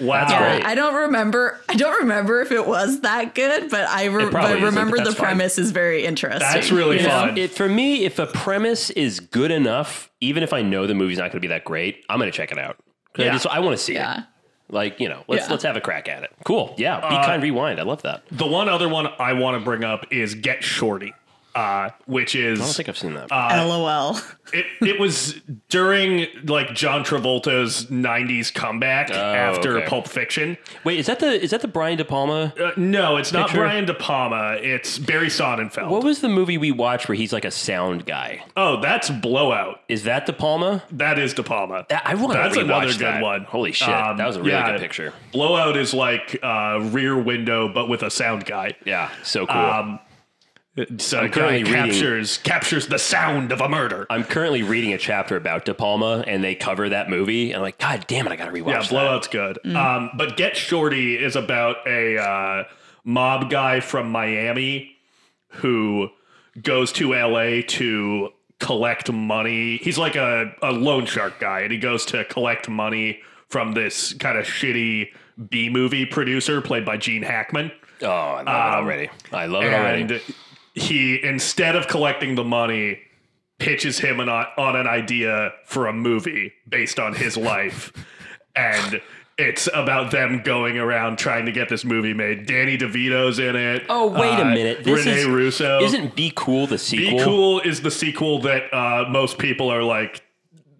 Wow.
That's
yeah,
great.
I don't remember. I don't remember if it was that good, but I re-
It probably
but
isn't,
remember
but
the
that's fine.
premise is very interesting.
That's really
you know?
fun.
It, for me, if a premise is good enough, even if I know the movie's not going to be that great, I'm going to check it out. 'Cause I,
Yeah.
just- I want to see
Yeah.
it. Like you know, let's
Yeah.
let's have a crack at it. Cool. Yeah.
Uh,
Be kind. Rewind. I love that. I
The one other one I want to bring up is Get Shorty, uh, which is
don't think I've seen that.
uh,
LOL.
it, it was during like John Travolta's '90s comeback after
Oh, okay.
Pulp Fiction.
Wait, is that the is that the Brian De Palma?
Uh, no, it's not
Picture-
Brian De Palma. It's Barry Sonnenfeld.
What was the movie we watched where he's like a sound guy?
oh, that's Blowout.
Is that De Palma?
That is De Palma.
That- I want to
that's
rewatch
another good
that.
one.
Holy shit,
Um,
that was a really
yeah,
good picture.
Blowout is like uh, Rear Window, but with a sound guy.
Yeah, so cool.
Um, so a guy
currently reading-
captures captures the sound of a murder.
I'm currently reading a chapter about De Palma, and they cover that movie. And I'm like, God damn it, I gotta rewatch.
yeah,
that.
blowout's good. Um, but Get Shorty is about a uh, mob guy from Miami who goes to LA to collect money. He's like a, a loan shark guy, and he goes to collect money from this kind of shitty B movie producer played by Gene Hackman.
Oh, I love it already. I love it already.
um, and he instead of collecting the money pitches him an, on an idea for a movie based on his life and it's about them going around trying to get this movie made danny devito's in it
Oh, wait a
Uh,
minute. This
renee
is,
russo
Isn't Be Cool the
be
sequel?
cool. is the sequel that uh, most people are like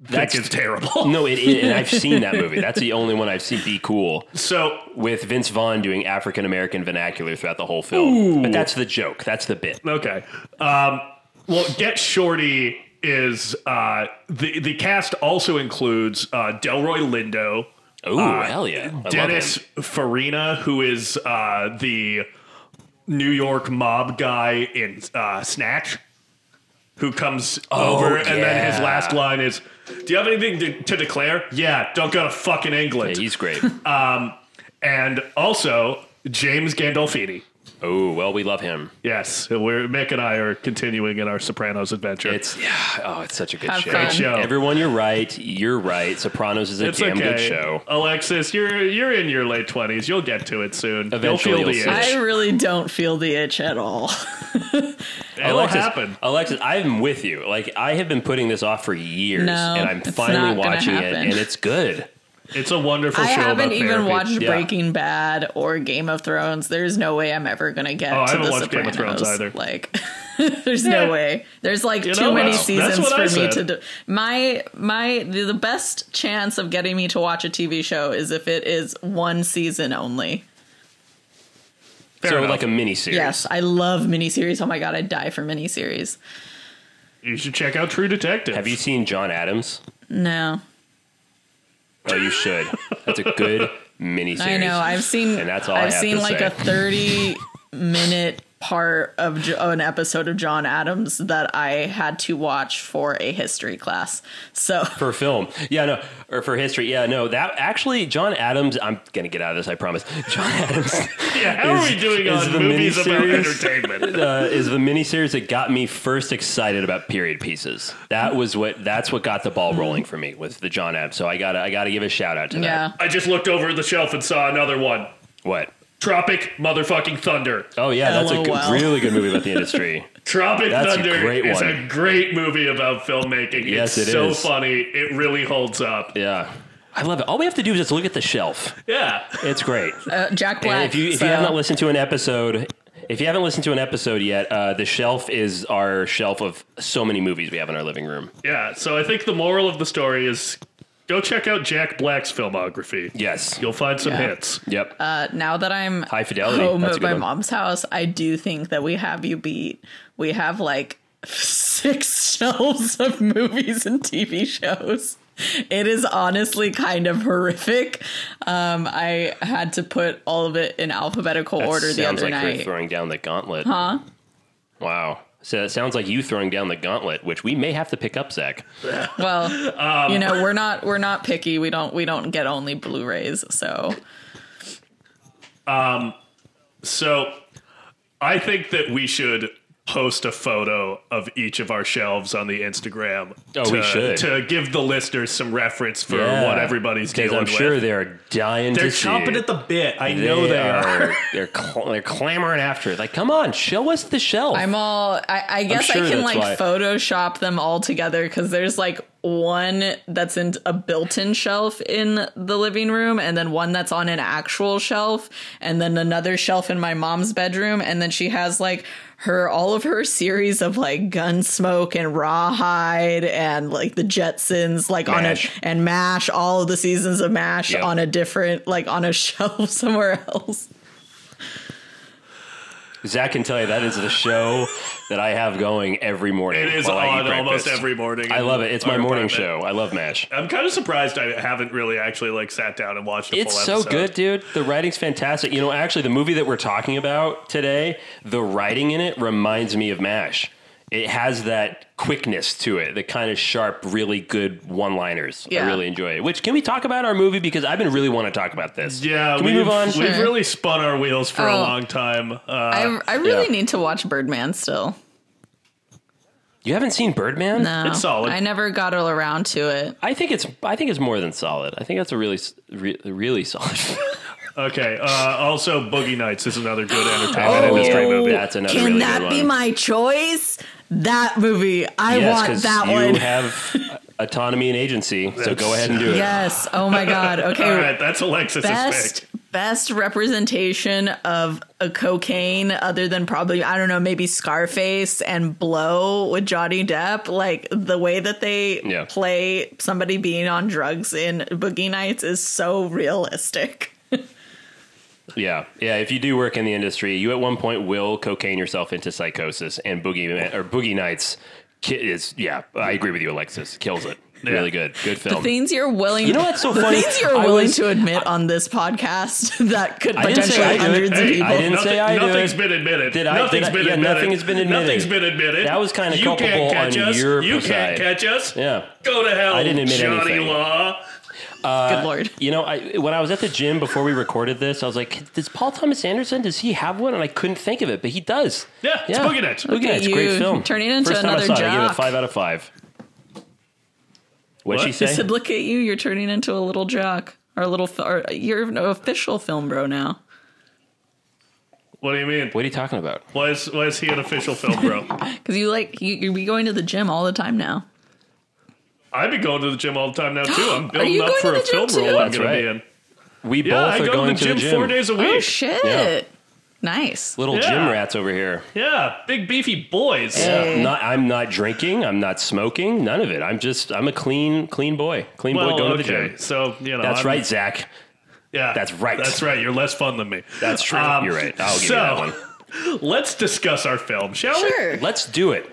think
That's-
is terrible
No, it is. And I've seen that movie. That's the only one I've seen. Be Cool
so
with Vince Vaughn doing African American vernacular throughout the whole film. But that's the joke. That's the bit.
Okay. Um, well, Get Shorty is uh, the the cast also includes uh, Delroy Lindo,
Oh, hell yeah! I love
uh, Dennis
him.
Farina, who is uh, the New York mob guy in uh, Snatch, who comes over, and then his
Oh, yeah.
last line is, "Do you have anything to, to declare?" Yeah, don't go to fucking England.
Yeah, he's great.
and also James Gandolfini.
oh well, we love him.
Yes, we're Mick and I are continuing in our Sopranos adventure.
It's yeah. Oh, it's such a good
Have
show.
fun. Great
show.
Everyone, you're right. You're right. Sopranos is a
It's
damn
okay.
good show.
Alexis, you're you're in your late twenties. You'll get to it soon.
Eventually
you'll
you'll
feel
see
the
I
itch.
really don't feel the itch at all.
It'll happen.
Alexis, I'm with you. Like I have been putting this off for years,
No,
and I'm
it's
finally
not gonna
watching it,
happen.
and it's good.
It's a wonderful
I
show.
haven't
about
even
therapy.
watched
Yeah.
Breaking Bad or Game of Thrones. There's no way I'm ever gonna get.
Oh, I
to
haven't
the
watched Game of Thrones
Sopranos.
either.
Like, there's
Yeah.
no way. There's like
You
too
know,
many
that's- that's
seasons
what
for
I
me
said.
to. Do. My my the, the best chance of getting me to watch a TV show is if it is one season only.
Fair
so
enough.
like a mini series.
Yes, I love miniseries. Oh my god, I die for miniseries.
you should check out True Detective.
Have you seen John Adams?
No,
Oh, you should. That's a good mini series.
I know. I've seen.
And that's all I
I've
have
seen
to
like
say.
a thirty-minute part of Jo- an episode of John Adams that I had to watch for a history class. So
for film. Yeah, no, or for history. Yeah, no. That actually, John Adams. I'm gonna get out of this. I promise. John Adams
yeah, how are
Is-
we doing
is
on
the
movies about
miniseries-
entertainment?
uh, is the miniseries that got me first excited about period pieces. That was what. That's what got the ball rolling for me with the John Adams. So I gotta. I gotta give a shout out to
yeah,
that.
I just looked over the shelf and saw another one.
What?
Tropic motherfucking Thunder.
Oh yeah, that's a
LOL.
good, really good movie about the industry.
Tropic
That's a
Thunder
great
is
one.
a great movie about filmmaking.
Yes,
it's
it
so
is.
funny. It really holds up.
yeah. I love it. All we have to do is just look at the shelf.
Yeah.
It's great.
uh, Jack Black.
And if you if
so-
you haven't listened to an episode, if you haven't listened to an episode yet, uh, the shelf is our shelf of so many movies we have in our living room.
Yeah. So I think the moral of the story is go check out Jack Black's filmography.
Yes.
You'll find some
Yeah.
hits.
Yep.
uh, now that I'm
High fidelity.
home
That's a
at
good
my
one.
mom's house, I do think that we have you beat. We have like six shelves of movies and TV shows. It is honestly kind of horrific. Um, I had to put all of it in alphabetical
That
order the
sounds
other
like we're
night.
throwing down the gauntlet. Huh? Wow. So that sounds like you throwing down the gauntlet, which we may have to pick up, Zach.
Well,
Um,
you know, we're not we're not picky. We don't we don't get only Blu-rays. So
So I think that we should post a photo of each of our shelves on the Instagram.
Oh,
to,
we should.
To give the listeners some reference for what everybody's
Because
dealing
I'm sure
with.
they're dying
They're
to see.
chomping at the bit. I know they, are.
they're cl- they're clamoring after it. Like, come on, show us the shelf.
I'm all. I, I guess
sure
I can
that's
like
why.
Photoshop them all together because there's like one that's in a built-in shelf in the living room, and then one that's on an actual shelf, and then another shelf in my mom's bedroom, and then she has like her all of her series of like Gunsmoke and Rawhide and like the Jetsons, like
MASH.
on a and Mash, all of the seasons of Mash
Yep.
on a different like on a shelf somewhere else.
Zach can tell you that is the show that I have going every morning.
It is
while I eat
on almost
breakfast.
every morning.
I
in
love it. It's my
our
morning
apartment.
show. I love MASH.
I'm kind of surprised I haven't really actually like sat down and watched a
It's
full
so
episode.
good, dude. The writing's fantastic. You know, actually, the movie that we're talking about today, the writing in it reminds me of MASH. It has that quickness to it, the kind of sharp, really good one liners. I
Yeah.
really enjoy it. Which, can we talk about our movie? Because I've been really want to talk about this.
Yeah,
Can we
we've-
move on?
We've
Sure.
really spun our wheels for a
Oh.
long time. Uh,
I I really
yeah.
need to watch Birdman still.
You haven't seen Birdman?
No,
It's solid.
I never got all around to it.
I think it's I think it's more than solid. I think that's a really s- re- really solid.
okay. Uh, also, Boogie Nights is another good entertainment industry movie.
Oh, That's another really good one.
my choice? That movie, I
Yes, because you have autonomy and agency, so
That's-
go ahead and do it.
yes. Oh my god. Okay.
All right, that's Alexis'
Best
pick.
best representation of a cocaine, other than probably I don't know, maybe Scarface and Blow with Johnny Depp. Like the way that they
Yeah.
play somebody being on drugs in Boogie Nights is so realistic.
Yeah, yeah. If you do work in the industry, you at one point will cocaine yourself into psychosis, and boogie Man- or boogie nights ki- is yeah. I agree with you, Alexis. Kills it. Really good. Good film.
things you're willing
You know what's so
the
funny?
things you're
I
willing
was-
to admit on this podcast that could
I didn't say I
potentially
do it.
hundreds of
Hey,
people
I didn't
Nothing,
say I do
nothing's
it.
been admitted.
Did I- did
Nothing's
I-
been
yeah,
admitted.
nothing's been admitted.
Nothing's been admitted.
That was kinda
you
culpable
can't catch
on
us.
your
You
side.
can't catch us.
yeah.
Go to hell.
I didn't admit
Johnny
anything.
Law.
good lord
You know, I when I was at the gym before we recorded this, I was like, "Does Paul Thomas Anderson? Does he have one?" And I couldn't think of it, but he does.
Yeah, it's Boogie Nights.
Boogie
Look
at
Nights,
you,
great film.
turning into
First time I
another
saw it, I gave it a
jock.
five out of five. What'd
What?
she
i
say?
said look at you you're turning into a little jock or a little fi- or you're an official film bro now
What do you mean?
what are you talking about?
Why is why is he an official film bro?
because you like you, you be going to the gym all the time now
I've been going to the gym all the time now too. I'm building
you
up
going
for
to
a
the gym,
film
too?
role I'm
That's
going
right.
to be in.
We
Yeah,
both
I
are
go
going
to the gym,
gym.
four days a week.
oh shit
Yeah.
nice
Little
Yeah.
gym rats over here.
Yeah, big beefy boys.
Yeah. Not, I'm not drinking. I'm not smoking. None of it. I'm just. I'm a clean, clean boy. Clean boy
Well,
going
okay. Um,
to the gym.
So you know
That's
I'm-
right, Zach.
Yeah,
That's right.
That's right. You're less fun than me.
That's true.
Um,
You're right. I'll give
so-
you that one.
Let's discuss our film, shall we?
Sure.
Let's do it.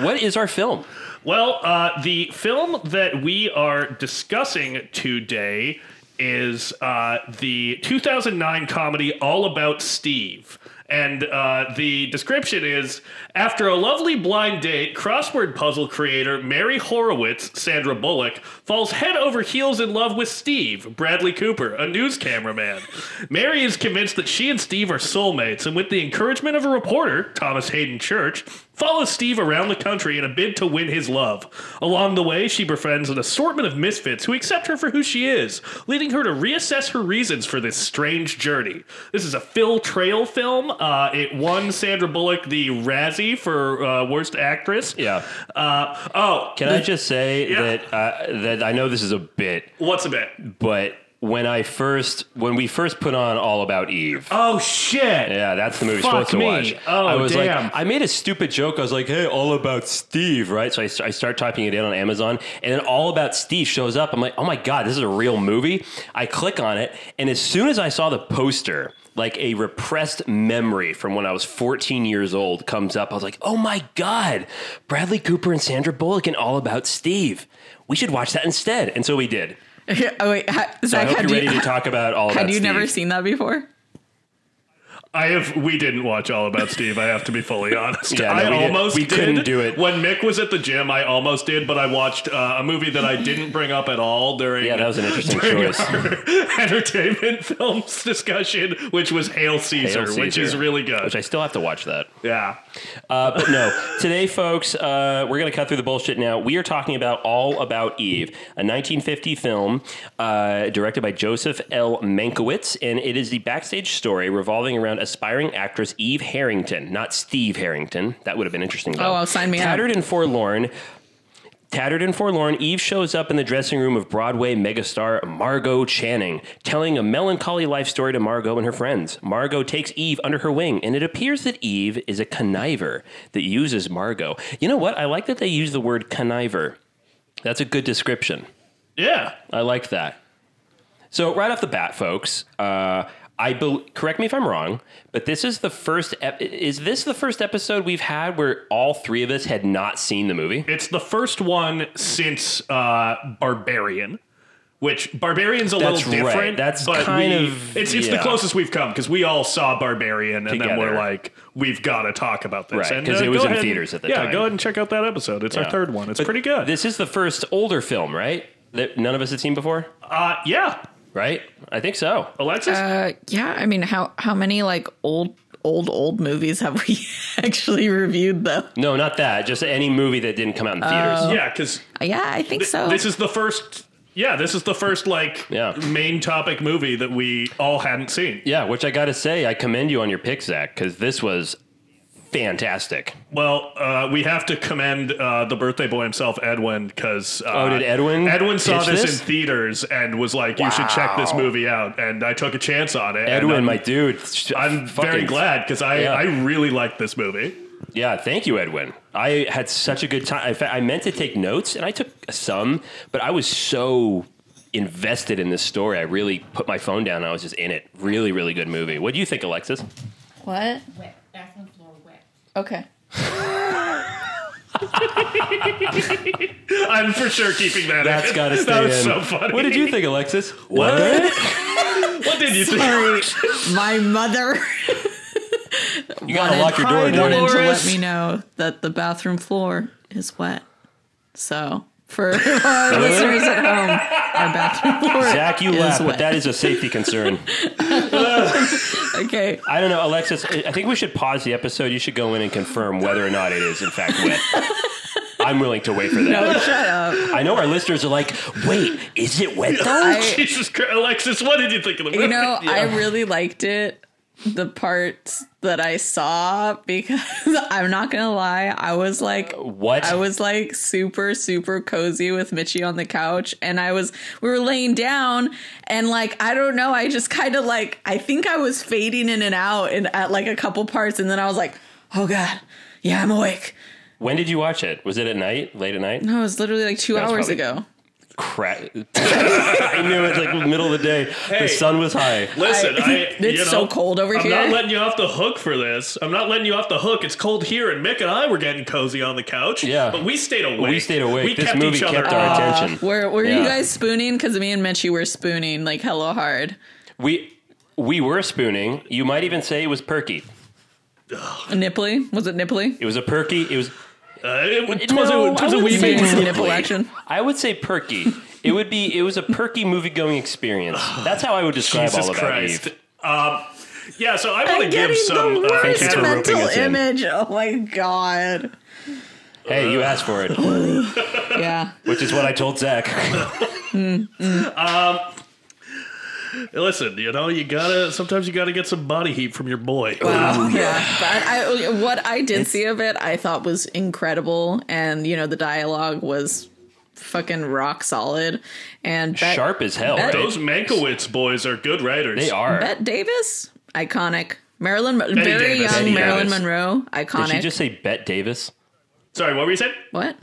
What is our film?
Well, uh, the film that we are discussing today is uh, the 2009 comedy All About Steve. And uh, the description is After a lovely blind date, crossword puzzle creator Mary Horowitz, Sandra Bullock, falls head over heels in love with Steve, Bradley Cooper, a news cameraman. Mary is convinced that she and Steve are soulmates, and with the encouragement of a reporter, Thomas Hayden Church, follows Steve around the country in a bid to win his love. Along the way, she befriends an assortment of misfits who accept her for who she is, leading her to reassess her reasons for this strange journey. This is a Phil Trail film. Uh, it won Sandra Bullock the Razzie for uh, Worst Actress.
Yeah.
Uh, oh,
Can I just say
Yeah.
that uh, that I know this is a bit,
what's a bit?
but when I first when we first put on All About Eve.
Oh, shit.
Yeah, that's the movie
Fuck
we're supposed
me.
to watch.
Oh,
I was
damn.
like, I made a stupid joke. I was like, hey, all about Steve, right? So I, st- I start typing it in on Amazon, and then all about Steve shows up. I'm like, oh my God, this is a real movie. I click on it, and as soon as I saw the poster, like a repressed memory from when I was 14 years old comes up. I was like, oh my God, Bradley Cooper and Sandra Bullock in All About Steve. We should watch that instead. And so we did.
oh wait, ha-
So I
Zach,
hope
had
you're ready
you,
to talk about All About
had you
Steve.
never seen that before?
I have. We didn't watch All About Steve. I have to be fully honest.
Yeah, no, we
I
didn't-
almost
we
did.
couldn't do it.
when Mick was at the gym. I almost did, but I watched uh, a movie that I didn't bring up at all during.
Yeah, that was an interesting
during
choice.
our entertainment films discussion, which was Hail Caesar,
Hail
which
Caesar.
is really good.
Which I still have to watch that.
yeah,
Uh, but no, today, folks, uh, we're going to cut through the bullshit now. We are talking about All About Eve, a 1950 film uh, directed by Joseph L. Mankiewicz, and it is the backstage story revolving around aspiring actress Eve Harrington, not Steve Harrington. That would have been interesting. Though.
Oh, well, sign me up.
Tattered and forlorn. Tattered and forlorn, Eve shows up in the dressing room of Broadway megastar Margot Channing, telling a melancholy life story to Margot and her friends. Margot takes Eve under her wing, and it appears that Eve is a conniver that uses Margot. You know what? I like that they use the word conniver. That's a good description.
yeah.
I like that. So right off the bat, folks, uh, I bel correct me if I'm wrong, but this is the first. Ep- is this the first episode we've had where all three of us had not seen the movie?
It's the first one since uh, Barbarian. Which Barbarian's a
That's
little
right.
different.
That's
but
kind
we-
of-
it's it's the
yeah.
closest we've come because we all saw Barbarian and then we're
Together.
like we've got to talk about this
Right,
And, uh,
'cause it
go
was in
ahead and-
theaters at the
yeah,
time.
go ahead and check out that episode. It's our
Yeah.
third one. It's
But
pretty good.
This is the first older film, right? That none of us had seen before,
uh, yeah,
right? I think so.
Alexis.
Uh, yeah, I mean, how how many like old old old movies have we actually reviewed though?
No, not that. Just any movie that didn't come out in theaters.
yeah, because
Yeah, I think so.
this is the first. Yeah, this is the first like
Yeah.
main topic movie that we all hadn't seen.
yeah, which I gotta say, I commend you on your pick, Zach, because this was fantastic.
Well, uh, we have to commend uh, the birthday boy himself, Edwin, because uh,
Oh, did Edwin
Edwin saw
pitch
this,
this?
in theaters and was like, "You should check this movie out." And I took a chance on it. and
Edwin,
I'm,
my dude,
I'm very
fucking-
glad because I
Yeah.
I really like this movie.
Yeah, thank you, Edwin. I had such a good time. In fact, I meant to take notes, and I took some, but I was so invested in this story. I really put my phone down. And I was just in it. Really, really good movie. What do you think, Alexis?
what?
wet. Bathroom floor wet.
Okay.
I'm for sure keeping that.
That's
in.
got to stay
That was
in.
so funny.
What did you think, Alexis?
What did you think?
Sorry, my mother
You gotta lock your door,
Hi,
dude.
wanted to let
Dolores.
me know that the bathroom floor is wet. So for our listeners at home, our bathroom floor.
Zach, you
is
laugh, but
wet.
that is a safety concern.
Okay.
I don't know, Alexis. I I think we should pause the episode. You should go in and confirm whether or not it is in fact wet. I'm willing to wait for that.
Oh, shut up.
I know our listeners are like, "Wait, is it wet though?"
I,
Jesus Christ, Alexis, what did you think of the movie?
You know, I really liked it. The parts that I saw, because I'm not gonna lie, I was like,
What?
I was like super, super cozy with Mitchie on the couch, and I was, we were laying down, and like, I don't know, I just kind of like, I think I was fading in and out and at like a couple parts, and then I was like, oh god, yeah, I'm awake.
When did you watch it? Was it at night? Late at night?
No, it was literally like two
That was
hours
probably-
ago.
cra- I knew it like middle of the day. The sun was high.
Listen, I,
I-
you
It's
know,
so cold over
I'm
here.
not letting you off the hook for this. I'm not letting you off the hook. It's cold here, and Mick and I were getting cozy on the couch.
Yeah.
but we stayed awake.
We stayed awake.
We
this
kept
movie
each other
kept
up.
our attention.
Were were
Yeah.
you guys spooning? Because me and Mitchie were spooning like hello hard.
We we were spooning. You might even say it was perky.
Nipply? Was it nipply?
It was a perky. It was.
Uh, it was,
No,
was, it, was
I
a
would
wee
say
bit
it's
nipple
nipply.
action.
I would say perky. It would be. It was a perky movie going experience. That's how I would describe
Jesus
all about
Christ.
Eve.
Um, yeah, so I want to give some. uh,
worst
Kat-
for men- roping us in.
Oh my god.
Hey, you asked for it,
Yeah.
which is what I told Zach.
listen, you know, you gotta sometimes you gotta get some body heat from your boy.
Wow. Yeah. But I, what I did see of it, I thought was incredible, and you know the dialogue was fucking rock solid, and Bet,
Sharp as hell.
That-
Right?
Those Mankiewicz boys are good writers.
They are.
Bet Davis, iconic. Marilyn, very
Davis.
young
Betty
Marilyn
Davis.
Monroe,
Did
iconic.
she just say Bet Davis?
Sorry, what were you saying?
what?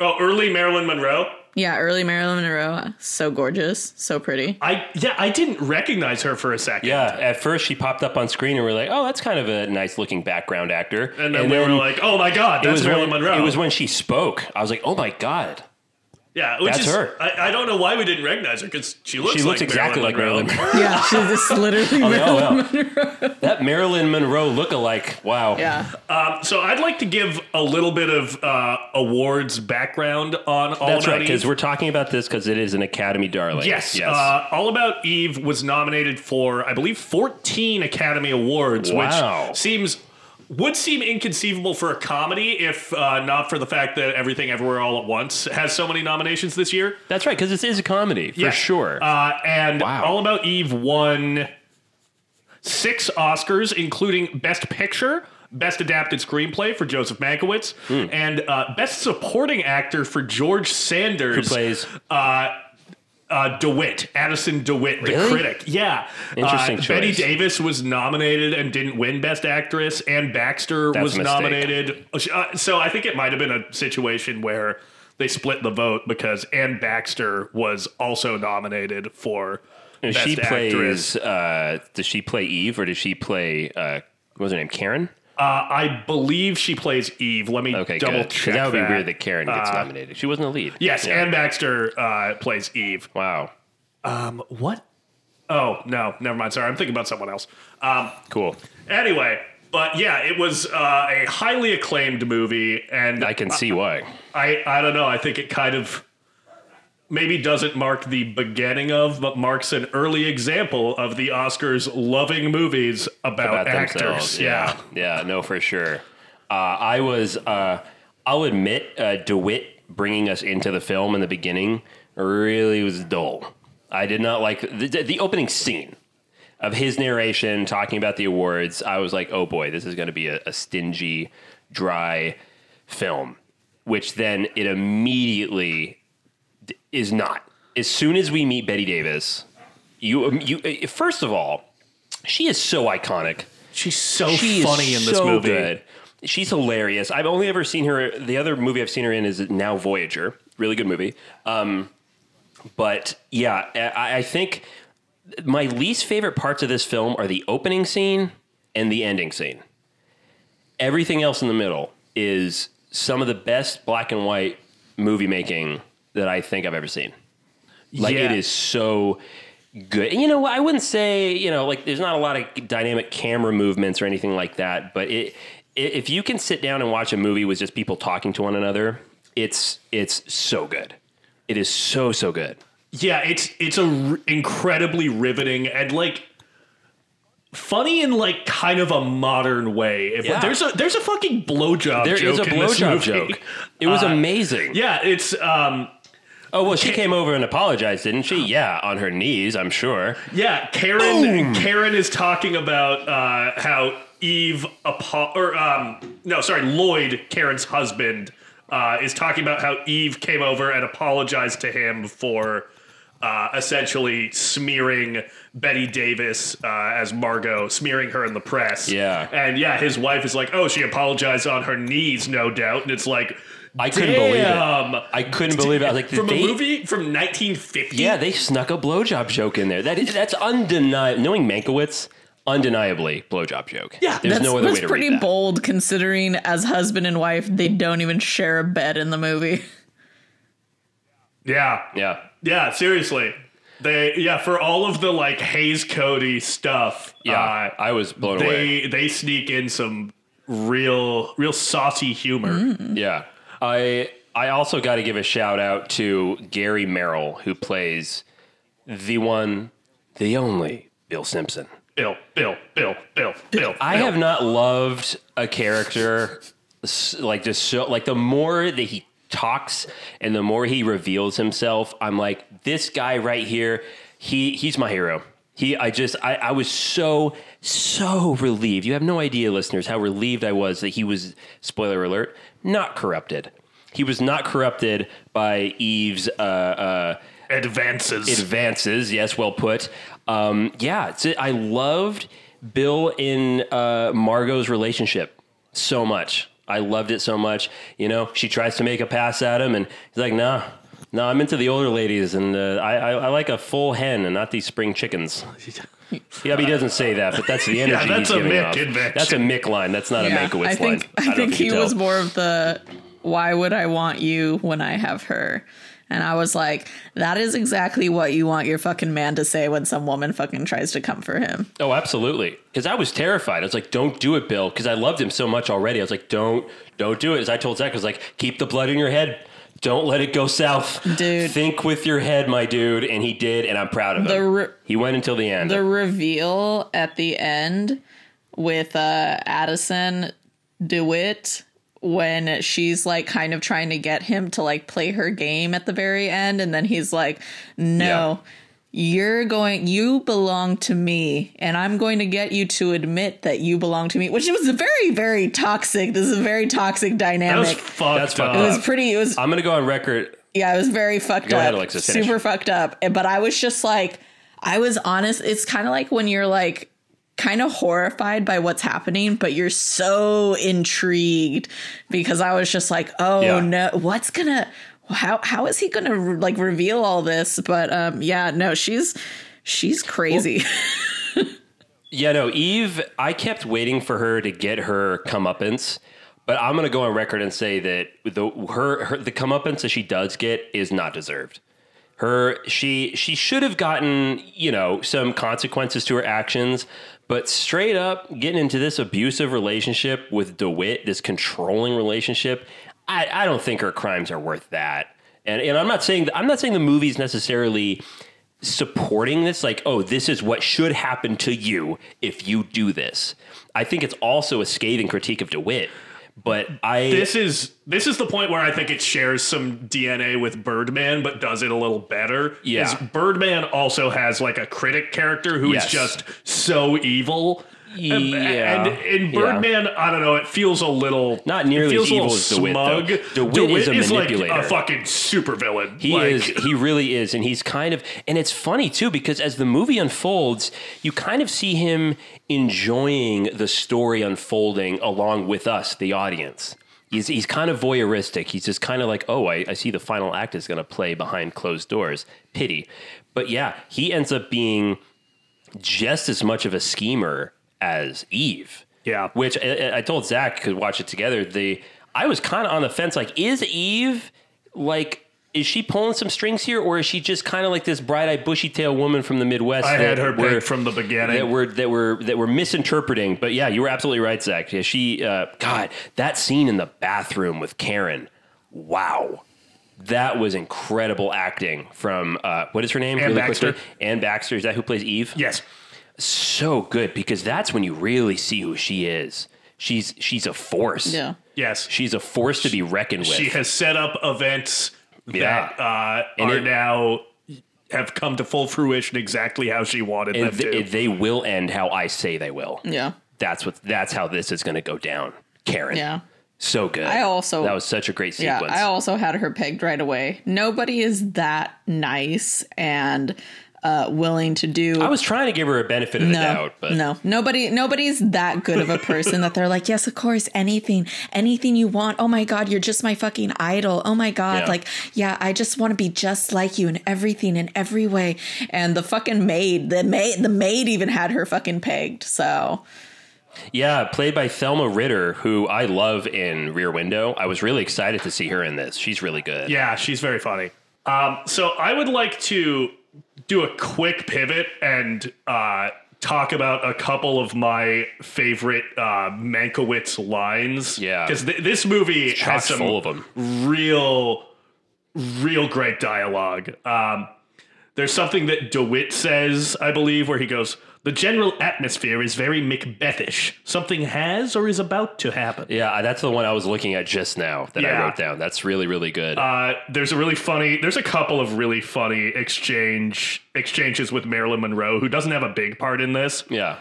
Oh, early Marilyn Monroe.
Yeah, early Marilyn Monroe, so gorgeous, so pretty.
I yeah, I didn't recognize her for a second.
Yeah. At first, she popped up on screen, and we are like, "Oh, that's kind of a nice looking background actor."
And then we were like, "Oh my God,
it
that's
was
Marilyn
when,
Monroe."
It was when she spoke. I was like, "Oh my god."
yeah, which
that's
is,
her.
I, I don't know why we didn't recognize her because she looks
She looks
like
exactly
Marilyn
like Marilyn.
Monroe.
Monroe.
Yeah, she's just literally Marilyn
wow.
Monroe.
Oh, that Marilyn Monroe lookalike. Wow.
Yeah.
Um, so I'd like to give a little bit of uh, awards background on All
That's
About
right,
Eve.
because we're talking about this because it is an Academy darling.
Yes.
Yes.
Uh, All About Eve was nominated for, I believe, 14 Academy Awards,
Wow.
which seems would seem inconceivable for a comedy if uh, not for the fact that Everything Everywhere All at Once has so many nominations this year.
That's right, because this is a comedy for
Yeah.
sure.
Uh, and
Wow.
All About Eve won six Oscars, including Best Picture, Best Adapted Screenplay for Joseph Mankiewicz,
Hmm.
and uh, Best Supporting Actor for George Sanders,
who plays?
uh, uh, DeWitt, Addison DeWitt,
Really?
the critic. Yeah.
Interesting
uh,
choice.
Betty Davis was nominated and didn't win Best Actress. Ann Baxter
That's
was
a mistake.
nominated. Uh, so I think it might have been a situation where they split the vote because Ann Baxter was also nominated for Best
she
Actress.
plays. Uh, does she play Eve or does she play? Uh, what was her name? Karen.
Uh, I believe she plays Eve. Let me
Okay,
double
good. 'Cause
check.
That would be
that.
weird that Karen gets
Uh,
nominated. She wasn't a lead.
Yes,
Yeah.
Ann Baxter uh, plays Eve. Um,
wow,
What? Oh no, never mind. Sorry, I'm thinking about someone else. Um,
cool.
Anyway, but yeah, it was uh, a highly acclaimed movie, and
I can
Uh,
see why.
I, I don't know. I think it kind of maybe doesn't mark the beginning of, but marks an early example of the Oscars loving movies about,
about
actors.
themselves. Yeah. yeah, no, for sure. Uh, I was, uh, I'll admit, uh, DeWitt bringing us into the film in the beginning really was dull. I did not like the, the- the opening scene of his narration talking about the awards. I was like, oh boy, this is going to be a, a stingy, dry film, which then it immediately d- is not. As soon as we meet Betty Davis, you, you first of all, she is so iconic
She's so
she is
funny in this
so
movie.
good. She's hilarious. I've only ever seen her. The other movie I've seen her in is Now Voyager. Really good movie. Um, but yeah, I, I think my least favorite parts of this film are the opening scene and the ending scene. Everything else in the middle is some of the best black and white movie making that I think I've ever seen. Like
Yeah.
it is so good. And, you know, I wouldn't say you know like there's not a lot of dynamic camera movements or anything like that. But it, i if you can sit down and watch a movie with just people talking to one another, it's it's so good. It is so so good.
Yeah, it's it's a r- incredibly riveting and like funny in like kind of a modern way. If,
Yeah.
There's a there's a fucking blowjob.
There
joke
is a
in this
blowjob
movie.
joke. It was
Uh,
amazing.
Yeah, it's um
Oh well, she came over and apologized, didn't she? Yeah, on her knees, I'm sure.
yeah, Karen Karen is talking about uh how Eve apo- or um no, sorry, Lloyd, Karen's husband, uh is talking about how Eve came over and apologized to him for uh, essentially smearing Betty Davis uh, as Margot, smearing her in the press.
Yeah.
And yeah, his wife is like, oh, she apologized on her knees, no doubt. And it's like,
I couldn't believe it.
Damn.
I couldn't believe it. I was like, did
from
they-
a movie from 1950.
Yeah, they snuck a blowjob joke in there. That is, that's undeniable. Knowing Mankiewicz, undeniably blowjob joke.
Yeah,
there's
That's,
no other
that's
way to
pretty
read that.
bold considering as husband and wife they don't even share a bed in the movie.
yeah,
Yeah,
yeah. Seriously, they yeah for all of the like Hayes Cody stuff.
yeah.
uh,
I was blown away.
they they sneak in some real real saucy humor.
Yeah, I I also got to give a shout out to Gary Merrill who plays the one, the only Bill Simpson.
Bill, Bill, Bill, Bill, Bill.
I
Bill.
have not loved a character s- like just so like the more that he talks and the more he reveals himself, I'm like this guy right here. He he's my hero. He I just I, I was so so relieved. You have no idea, listeners, how relieved I was that he was spoiler alert not corrupted. He was not corrupted by Eve's uh, uh,
advances.
advances. Yes, well put. Um, yeah, it's, I loved Bill in uh, Margot's relationship so much. I loved it so much. You know, she tries to make a pass at him, and he's like, "Nah, nah, I'm into the older ladies, and uh, I, I, I like a full hen and not these spring chickens." Yeah, but he doesn't say that, but that's the energy.
that's
he's
a
giving
Mick
off.
invention.
That's a Mick line. That's not a Mankiewicz
I
line.
think
don't
I think
you
he
tell.
was more of the why would I want you when I have her? And I was like, that is exactly what you want your fucking man to say when some woman fucking tries to come for him.
Oh, absolutely. Because I was terrified. I was like, "Don't do it, Bill," because I loved him so much already. I was like, "Don't, don't do it." As I told Zach, I was like, "Keep the blood in your head. Don't let it go south,
Dude.
Think with your head, my dude." And he did, and I'm proud of
The
him.
re-
he went until the end.
the reveal at the end with uh Addison DeWitt when she's like kind of trying to get him to like play her game at the very end and then he's like no you're going you belong to me and i'm going to get you to admit that you belong to me which was a very very toxic this is a very toxic
That was
dynamic
fucked
That's
up.
fucked
it was pretty it was
I'm gonna go on record.
yeah, it was very fucked
Go
up.
ahead, Alexis, finish.
Super fucked up. And- But I was just like, I was honest. It's kind of like when you're like kind of horrified by what's happening, but you're so intrigued because I was just like, oh
Yeah.
no, what's gonna how how is he gonna like reveal all this? But um, yeah, no, she's she's crazy.
Yeah, no, Eve. I kept waiting for her to get her comeuppance, but I'm gonna go on record and say that the her, her the comeuppance that she does get is not deserved. her she she should have gotten you know some consequences to her actions but straight up getting into this abusive relationship with dewitt this controlling relationship i, I don't think her crimes are worth that and and i'm not saying i'm not saying the movie's necessarily supporting this like oh this is what should happen to you if you do this i think it's also a scathing critique of dewitt but i
this is this is the point where I think it shares some DNA with Birdman, but does it a little better.
Yeah.
is Birdman also has like a critic character who is
Yes.
just so evil. And,
Yeah.
and in
Yeah.
Birdman, I don't know. It feels a little
Not nearly
it feels
as
a little
evil as DeWitt,
Smug.
though. DeWitt is a manipulator.
like a fucking supervillain.
He
like,
is. He really is, and he's kind of. And it's funny too because as the movie unfolds, you kind of see him enjoying the story unfolding along with us, the audience. He's, he's kind of voyeuristic. He's just kind of like, oh, I, I see the final act is going to play behind closed doors. Pity. But yeah, he ends up being just as much of a schemer as Eve.
Yeah.
Which I- I, I told Zach could watch it together. The I was kind of on the fence. Like, is Eve like? Is she pulling some strings here, or is she just kind of like this bright-eyed, bushy-tailed woman from the Midwest?
I had
that
her
we're-
picked from the beginning.
that we're that we're that we're misinterpreting. But yeah, you were absolutely right, Zach. Yeah, she. Uh, God, that scene in the bathroom with Karen. Wow, that was incredible acting from uh, what is her name?
Ann Baxter.
quickly? Ann Baxter. Is that who plays Eve?
yes.
so good because that's when you really see who she is. She's she's a force.
yeah.
Yes,
She's a force to be reckoned with.
she has set up events
Yeah.
that uh,
And
are
it-
now have come to full fruition exactly how she wanted
and
them to.
th- they will end how I say they will.
Yeah.
That's what that's how this is going to go down. Karen.
Yeah.
So good.
I also-
That was such a great
Yeah,
sequence.
I also had her pegged right away. Nobody is that nice and uh, willing to do.
I was trying to give her a benefit of the
no,
doubt, but
no, nobody, nobody's that good of a person that they're like, yes, of course, anything, anything you want. Oh my god, you're just my fucking idol. Oh my god,
Yeah.
like, yeah, I just want to be just like you in everything, in every way. And the fucking maid, the maid, the maid even had her fucking pegged. So
yeah, played by Thelma Ritter, who I love in Rear Window. I was really excited to see her in this. She's really good.
Yeah, she's very funny. Um, so I would like to do a quick pivot and uh, talk about a couple of my favorite uh, Mankiewicz lines.
Yeah.
because this movie
chock
has some
full of 'em.
real, real great dialogue. Um, there's something that DeWitt says, I believe, where he goes. The general atmosphere is very Macbethish. Something has or is about to happen.
Yeah, that's the one I was looking at just now that I
Yeah.
wrote down. That's really, really good.
Uh, there's a really funny. There's a couple of really funny exchange exchanges with Marilyn Monroe, who doesn't have a big part in this.
yeah.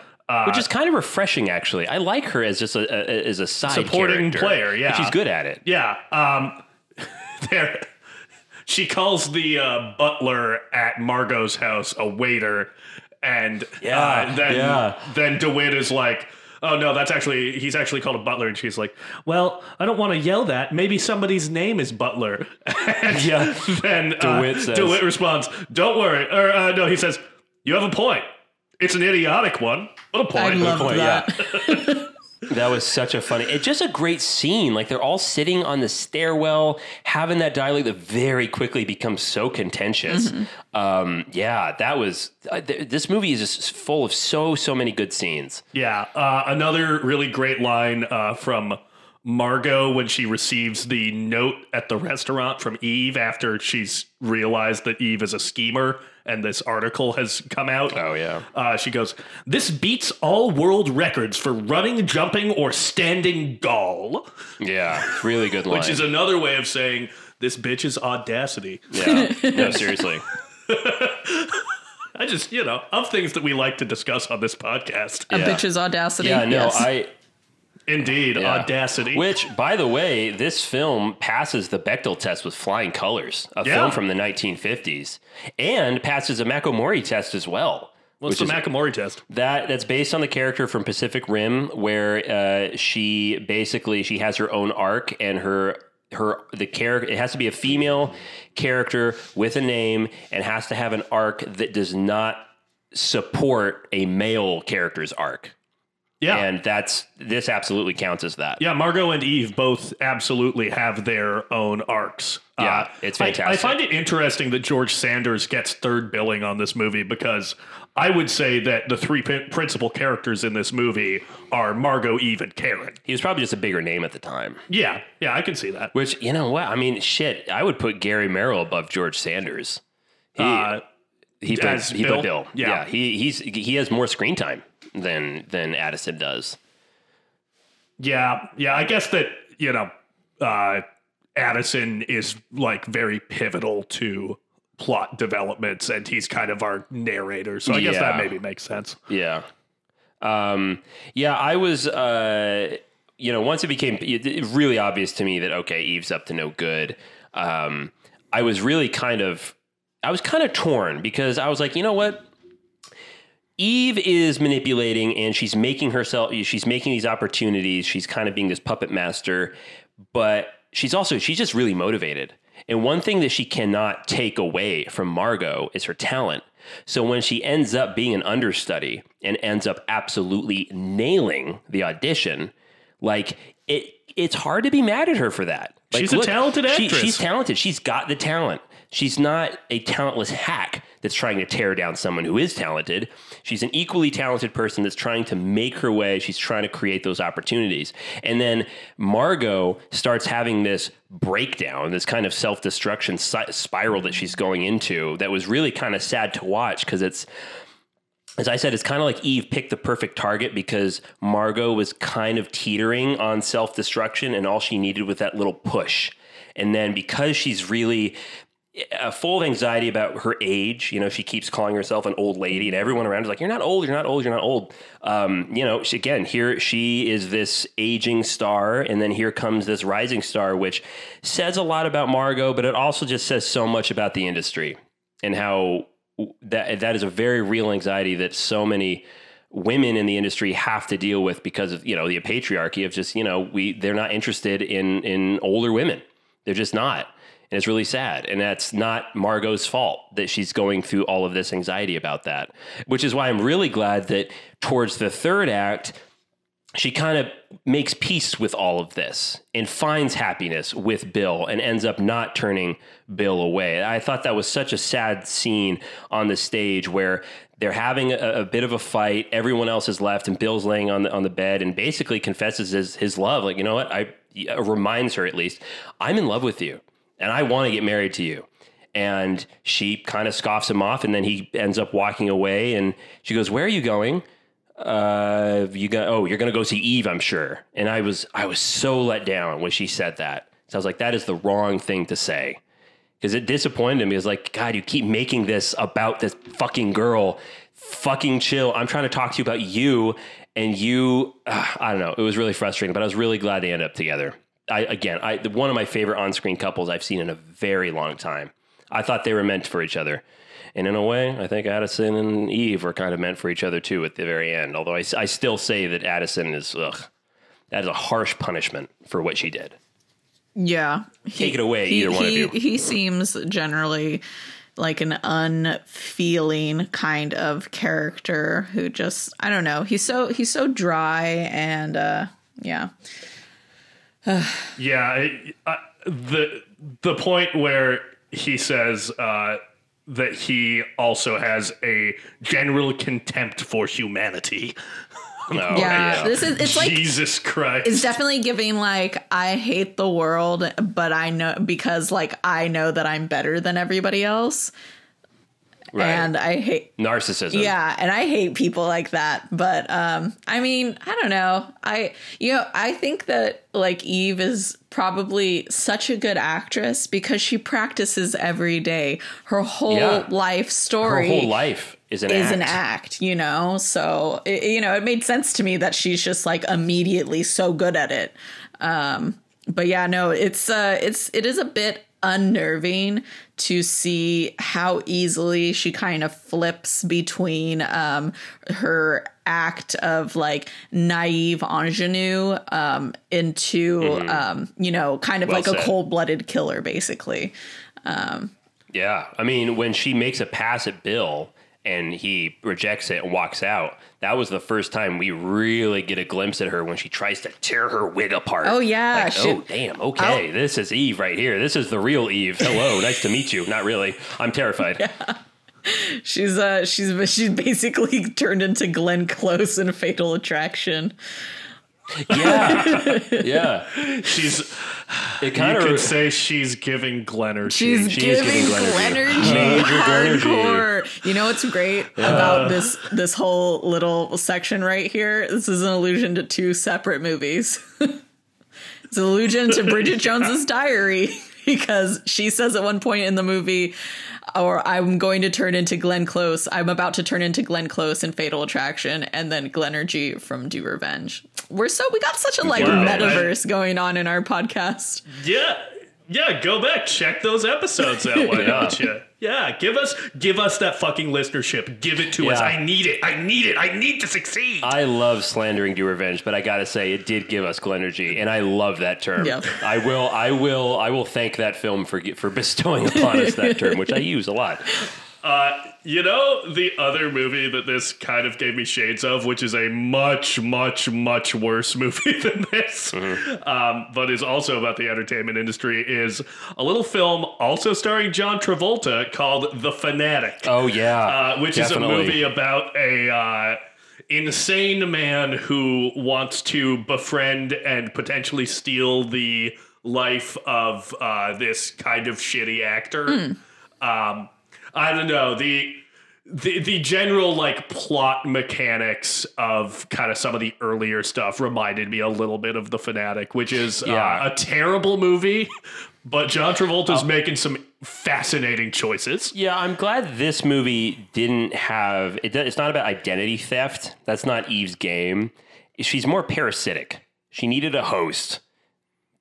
Which is kind of refreshing, actually. I like her as just a, a as a side
Supporting
character.
player,
And
yeah.
she's good at it.
Yeah. Um, there, she calls the uh, butler at Margot's house a waiter, and
Yeah,
uh, then
yeah.
then Dewitt is like. Oh no, that's actually he's actually called a butler, and she's like, "Well, I don't want to yell that. Maybe somebody's name is Butler." And
Yeah.
then uh,
DeWitt says-
DeWitt responds, "Don't worry." Or uh, no, he says, "You have a point. It's an idiotic one, but a
Oh,
point."
I loved
point,
that.
That was such a funny. It's just a great scene. Like they're all sitting on the stairwell, having that dialogue that very quickly becomes so contentious. Um, yeah, that was. Uh, th- this movie is just full of so so many good scenes.
Yeah. Uh, another really great line uh, from Margot when she receives the note at the restaurant from Eve after she's realized that Eve is a schemer and this article has come out.
Oh, yeah.
Uh, she goes, This beats all world records for running, jumping, or standing gall,
Yeah, really good line.
which is another way of saying this bitch is audacity.
yeah, no, seriously.
I just, you know, of things that we like to discuss on this podcast.
A
Yeah.
bitch's audacity.
Yeah, no,
Yes.
I.
Indeed,
yeah.
audacity.
Which, by the way, this film passes the Bechtel test with flying colors. A
Yeah.
film from the 1950s, and passes a Makomori test as well.
What's the
which is-
Makamori test?
That that's based on the character from Pacific Rim, where uh, she basically she has her own arc and her her the character it has to be a female character with a name and has to have an arc that does not support a male character's arc.
Yeah.
And that's this absolutely counts as that.
Yeah, Margot and Eve both absolutely have their own arcs. Uh,
Yeah, it's
I- I,
fantastic.
find it interesting that George Sanders gets third billing on this movie because I would say that the three pin- principal characters in this movie are Margot, Eve, and Karen.
He was probably just a bigger name at the time.
Yeah, yeah, I can see that.
Which you know what? I mean, shit. I would put Gary Merrill above George Sanders. He,
Uh,
He played,
As
he
Bill?
played Bill.
Yeah.
he he's he has more screen time than than Addison does.
yeah, yeah, I guess that you know, uh, Addison is like very pivotal to plot developments, and he's kind of our narrator. So I guess that
Yeah.
maybe makes sense.
Yeah. Um yeah, I was uh you know, once it became it- it really obvious to me that okay, Eve's up to no good. Um I was really kind of I was kind of torn because I was like, you know what? Eve is manipulating and she's making herself she's making these opportunities. She's kind of being this puppet master, but she's also she's just really motivated. And one thing that she cannot take away from Margot is her talent. So when she ends up being an understudy and ends up absolutely nailing the audition, like it it's hard to be mad at her for that. Like,
She's a talented
she-
actress.
she's talented. She's got the talent. She's not a talentless hack that's trying to tear down someone who is talented. She's an equally talented person that's trying to make her way. She's trying to create those opportunities. And then Margot starts having this breakdown, this kind of self destruction si- spiral that she's going into that was really kind of sad to watch because it's as I said, it's kind of like Eve picked the perfect target because Margot was kind of teetering on self destruction, and all she needed was that little push. And then because she's really uh, full of anxiety about her age, you know, she keeps calling herself an old lady, and everyone around is like, "You're not old. You're not old. You're not old." Um, you know, she, again, here she is, this aging star, and then here comes this rising star, which says a lot about Margot, but it also just says so much about the industry and how that that is a very real anxiety that so many women in the industry have to deal with because of you know the patriarchy of just you know we they're not interested in in older women they're just not and it's really sad and that's not margot's fault that she's going through all of this anxiety about that which is why i'm really glad that towards the third act she kind of makes peace with all of this and finds happiness with Bill and ends up not turning Bill away. I thought that was such a sad scene on the stage where they're having a, a bit of a fight. Everyone else is left, and Bill's laying on the on the bed and basically confesses his, his love. Like you know what? I uh, reminds her at least, I'm in love with you, and I want to get married to you and she kind of scoffs him off and then he ends up walking away and she goes where are you going uh you go oh you're gonna go see eve i'm sure and i was i was so let down when she said that so i was like that is the wrong thing to say because it disappointed me it was like god you keep making this about this fucking girl fucking chill i'm trying to talk to you about you and you ah, i don't know it was really frustrating but i was really glad they ended up together I, again, I the- one of my favorite on-screen couples I've seen in a very long time. I thought they were meant for each other. And in a way, I think Addison and Eve were kind of meant for each other too at the very end. Although I, s- I still say that Addison is, ugh, that is a harsh punishment for what she did.
Yeah.
Take it away, either one of
he-
you.
He seems generally like an unfeeling kind of character who just I don't know. He's so he's so dry and uh yeah.
Yeah, I, I, the the point where he says uh, that he also has a general contempt for humanity.
No,
yeah. This is it's like
Jesus Christ!
it's definitely giving like I hate the world, but I know because like I know that I'm better than everybody else.
right.
And I hate
narcissism.
Yeah, and I hate people like that. But um I mean, I don't know. I you know, I think that like Eve is probably such a good actress because she practices every day. Her whole
Yeah.
life
her
story
whole life is an
is
act.
an act, you know? So, it, you know, it made sense to me that she's just like immediately so good at it. Um, but yeah, no, it's, uh, it's, it is a bit unnerving to see how easily she kind of flips between, um, her act of like naive ingenue, um, into, um, you know, kind of
Mm-hmm. Well
like
said.
a cold blooded killer, basically.
Yeah. I mean, when she makes a pass at Bill and he rejects it and walks out, that was the first time we really get a glimpse at her when she tries to tear her wig apart.
Oh, yeah,
Like,
she-
oh, damn. Okay. This is Eve right here. This is the real Eve. Hello. nice to meet you. Not really. I'm terrified.
She's uh she's she's basically turned into Glenn Close in Fatal Attraction.
Yeah. yeah.
she's
It
you
kind
could
of.
say she's giving Glenn her
She's
She is
giving,
giving Glenn
Glenn
energy. Major Glenn
hardcore. You know what's great about this this whole little section right here? This is an allusion to two separate movies. it's an allusion to Bridget Jones's Diary because she says at one point in the movie, "Or I'm going to turn into Glenn Close. I'm about to turn into Glenn Close in Fatal Attraction, and then Glenergy from Do Revenge." We're so we got such a like
Wow.
metaverse going on in our podcast.
Yeah, yeah. Go back, check those episodes out. Why not you? Yeah, give us give us that fucking listenership. Give it to us.
Yeah.
I need it. I need it. I need to succeed.
I love slandering to revenge, but I gotta say it did give us Glenergy, and I love that term.
Yeah.
I will, I will, I will thank that film for for bestowing upon us that term, which I use a lot.
Uh, you know the other movie that this kind of gave me shades of, which is a much, much, much worse movie than this,
Mm-hmm.
um, but is also about the entertainment industry, is a little film also starring John Travolta called The Fanatic,
Oh yeah,
uh, which is a
definitely.
movie about a uh, insane man who wants to befriend and potentially steal the life of uh, this kind of shitty actor. Um, I don't know the the the general like plot mechanics of kind of some of the earlier stuff reminded me a little bit of the fanatic, which is
Yeah. Oh.
uh, a terrible movie, but John Travolta's making some fascinating choices.
Yeah, I'm glad this movie didn't have. It, do- it's not about identity theft. That's not Eve's game. She's more parasitic. She needed a host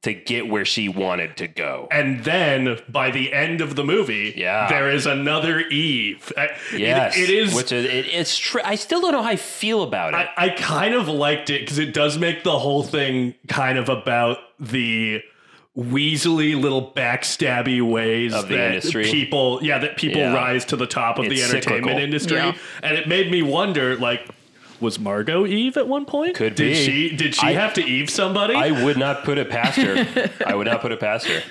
to get where she wanted to go.
And then by the end of the movie,
Yeah.
there is another Eve. I- it-
Yes,
it is.
Which is it, it's. Tr- I still don't know how I feel about it.
I, I kind of liked it because it does make the whole thing kind of about the weaselly little backstabby ways
Of the
that
industry.
people yeah that people
Yeah.
rise to the top of
It's
the entertainment
cyclical.
industry
Yeah.
and it made me wonder like was Margot Eve at one point
Could
did
be.
she did she
I-
have to Eve somebody
I would not put it past her. I would not put it past her.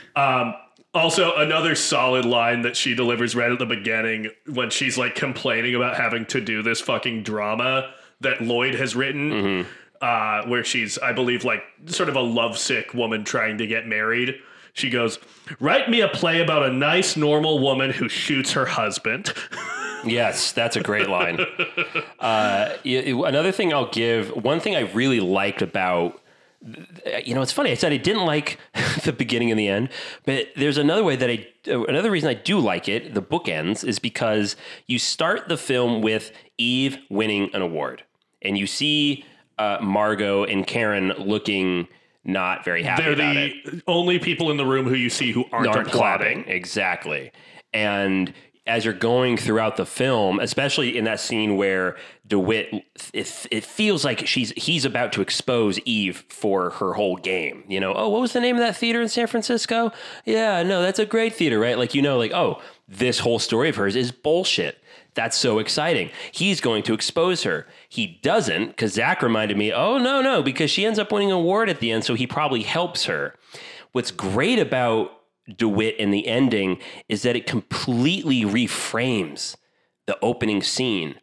Also, another solid line that she delivers right at the beginning when she's like complaining about having to do this fucking drama that Lloyd has written,
Mm-hmm.
uh, where she's, I believe, like sort of a lovesick woman trying to get married. She goes, Write me a play about a nice, normal woman who shoots her husband.
Yes, that's a great line. uh, y- y- another thing I'll give. One thing I really liked about. You know, it's funny. I said I didn't like the beginning and the end, but there's another way that I, uh, another reason I do like it, the bookends, is because you start the film with Eve winning an award, and you see uh, Margot and Karen looking not very happy
They're
about
the
it.
only people in the room who you see who aren't,
aren't
applauding.
clapping. Exactly. And as you're going throughout the film, especially in that scene where DeWitt, it, it feels like she's he's about to expose Eve for her whole game. You know, oh, what was the name of that theater in San Francisco? Yeah, no, that's a great theater, right? Like, you know, like, oh, this whole story of hers is bullshit. That's so exciting. He's going to expose her. He doesn't because Zach reminded me, oh, no, no, because she ends up winning an award at the end, so he probably helps her. What's great about DeWitt and the ending is that it completely reframes the opening scene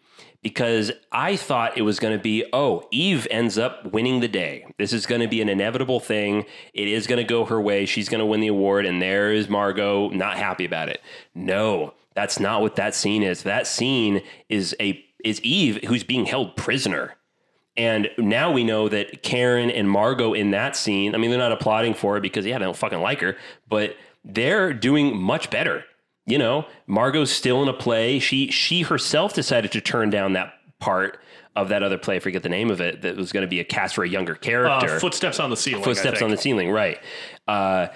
because I thought it was going to be, oh, Eve ends up winning the day. This is going to be an inevitable thing. It is going to go her way. She's going to win the award. And there is Margot not happy about it. No, that's not what that scene is. That scene is a is Eve who's being held prisoner. And now we know that Karen and Margot in that scene, I mean, they're not applauding for it because, yeah, they don't fucking like her, but they're doing much better. You know, Margot's still in a play. She she herself decided to turn down that part of that other play, I forget the name of it, that was going to be a cast for a younger character.
Uh, footsteps on the ceiling. I
Footsteps
think.
on the ceiling, right. Uh,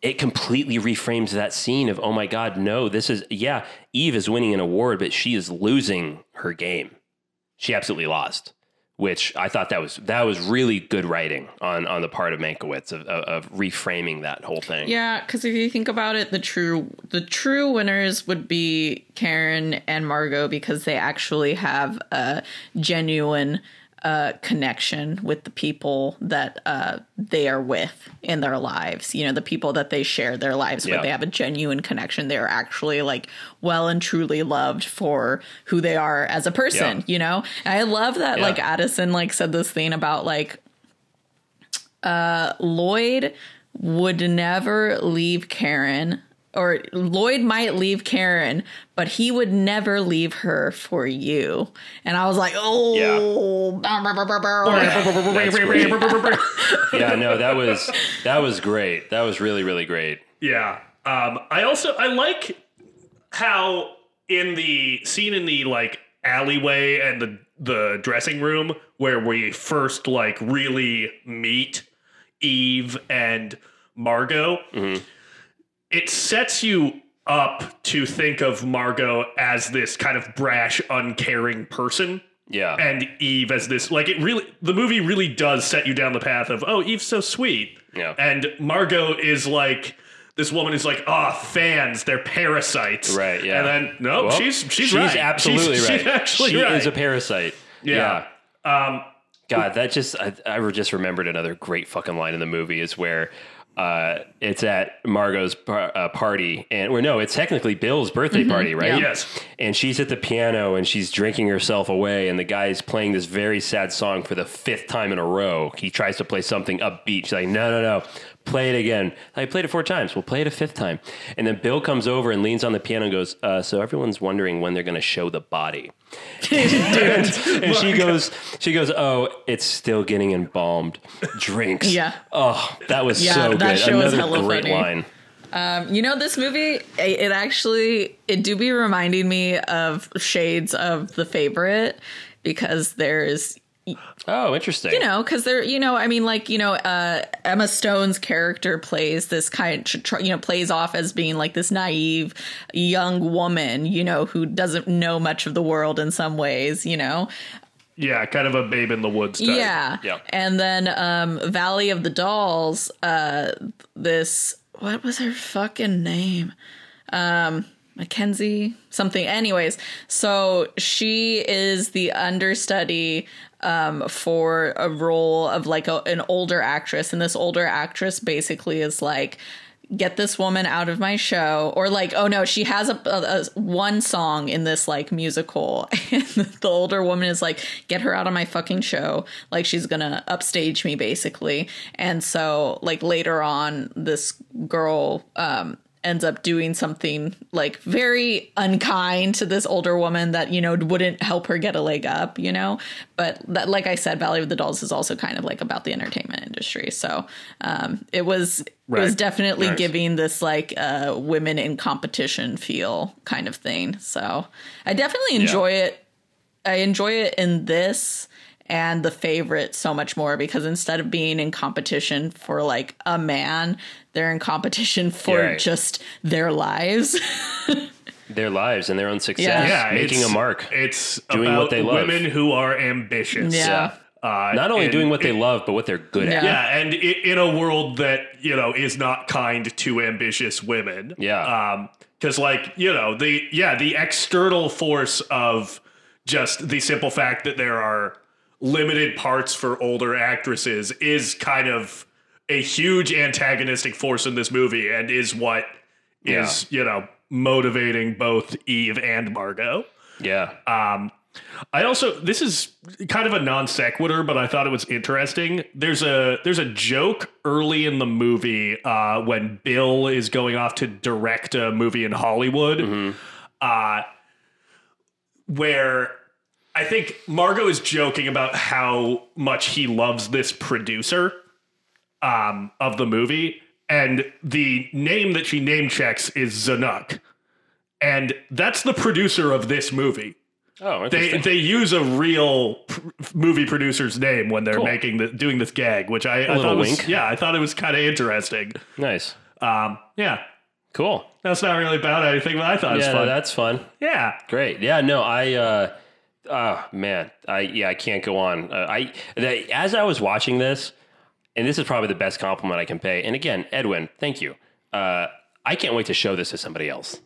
it completely reframes that scene of, oh my God, no, this is, yeah, Eve is winning an award, but she is losing her game. She absolutely lost, which I thought that was, that was really good writing on, on the part of Mankiewicz of, of, of reframing that whole thing.
Yeah, because if you think about it, the true the true winners would be Karen and Margot because they actually have a genuine uh, connection with the people that uh, they are with in their lives. You know, the people that they share their lives
Yeah.
with. They have a genuine connection. They are actually like well and truly loved for who they are as a person.
Yeah.
You know, and I love that.
Yeah.
Like Addison, like said this thing about like uh, Lloyd would never leave Karen, or Lloyd might leave Karen, but he would never leave her for you. And I was like, oh,
That's great. yeah, no, that was, that was great. That was really, really great.
Yeah. Um, I also I like how in the scene in the like alleyway and the the dressing room where we first like really meet Eve and Margot, it sets you up to think of Margot as this kind of brash, uncaring person
Yeah.
and Eve as this like it really the movie really does set you down the path of oh Eve's so sweet
Yeah.
and Margot is like this woman is like ah fans they're parasites
Right, yeah.
and then no
Well,
oh, she's she's
she's
right.
absolutely
she's,
right.
she's actually
she
right
is a parasite.
Yeah. um
God, that just I, I re- just remembered another great fucking line in the movie is where uh, it's at Margot's par- uh, party and or no, it's technically Bill's birthday party, right?
yes
And she's at the piano and she's drinking herself away, and the guy's playing this very sad song for the fifth time in a row. He tries to play something upbeat. She's like, no, no, no, play it again. I played it four times. We'll play it a fifth time. And then Bill comes over and leans on the piano and goes, uh, so everyone's wondering when they're going to show the body. and and she goes, she goes, oh, it's still getting embalmed. Drinks.
Yeah.
Oh, that was
Yeah,
so
that
good.
shit was
Another
hella
great
funny.
line.
um, You know, this movie, it- it actually, it do be reminding me of shades of The Favorite because there's
Oh, interesting.
you know because they're you know i mean like you know uh emma stone's character plays this kind tr- tr- you know plays off as being like this naive young woman you know who doesn't know much of the world in some ways you know
Yeah, kind of a babe in the woods. Type.
yeah
Yeah.
and then um valley of the dolls uh this what was her fucking name um mackenzie something anyways so she is the understudy um, for a role of like a, an older actress. And this older actress basically is like, get this woman out of my show or like oh no she has a, a- a- one song in this like musical and the older woman is like get her out of my fucking show like she's gonna upstage me basically and so like later on this girl um ends up doing something like very unkind to this older woman that you know wouldn't help her get a leg up you know but that, like i said valley of the dolls is also kind of like about the entertainment industry so um, it was it was
Right.
definitely
Nice.
giving this like uh, women in competition feel kind of thing so i definitely enjoy it I enjoy it in this and the favorite so much more because instead of being in competition for like a man, they're in competition for
Right.
just their lives.
Their lives and their own success,
Yeah.
Yeah,
making a
it's-
mark.
It's
Doing
about
what they love.
women who are ambitious.
Yeah.
Uh,
Not only
and
doing what
it-
they love, but what they're good at.
Yeah.
Yeah, and i in a world that you know is not kind to ambitious women.
Yeah.
um, because like you know the yeah the external force of just the simple fact that there are limited parts for older actresses is kind of a huge antagonistic force in this movie, and is what is
Yeah.
you know motivating both Eve and Margot.
Yeah.
Uh, I also this is kind of a non sequitur, but I thought it was interesting. There's a there's a joke early in the movie uh, when Bill is going off to direct a movie in Hollywood, uh, where I think Margot is joking about how much he loves this producer um, of the movie, and the name that she name checks is Zanuck, and that's the producer of this movie
oh,
they
interesting.
they use a real pr- movie producer's name when they're making the doing this gag, which I, I
little
thought was
wink.
yeah, I thought it was kind of interesting.
nice.
Um, yeah,
Cool.
that's not really about anything, but I thought it was
yeah, no,
fun.
that's fun.
yeah,
Great. Yeah. No, I. uh Oh man, I yeah, I can't go on. Uh, I that, as I was watching this, and this is probably the best compliment I can pay. And again, Edwin, thank you. Uh, I can't wait to show this to somebody else.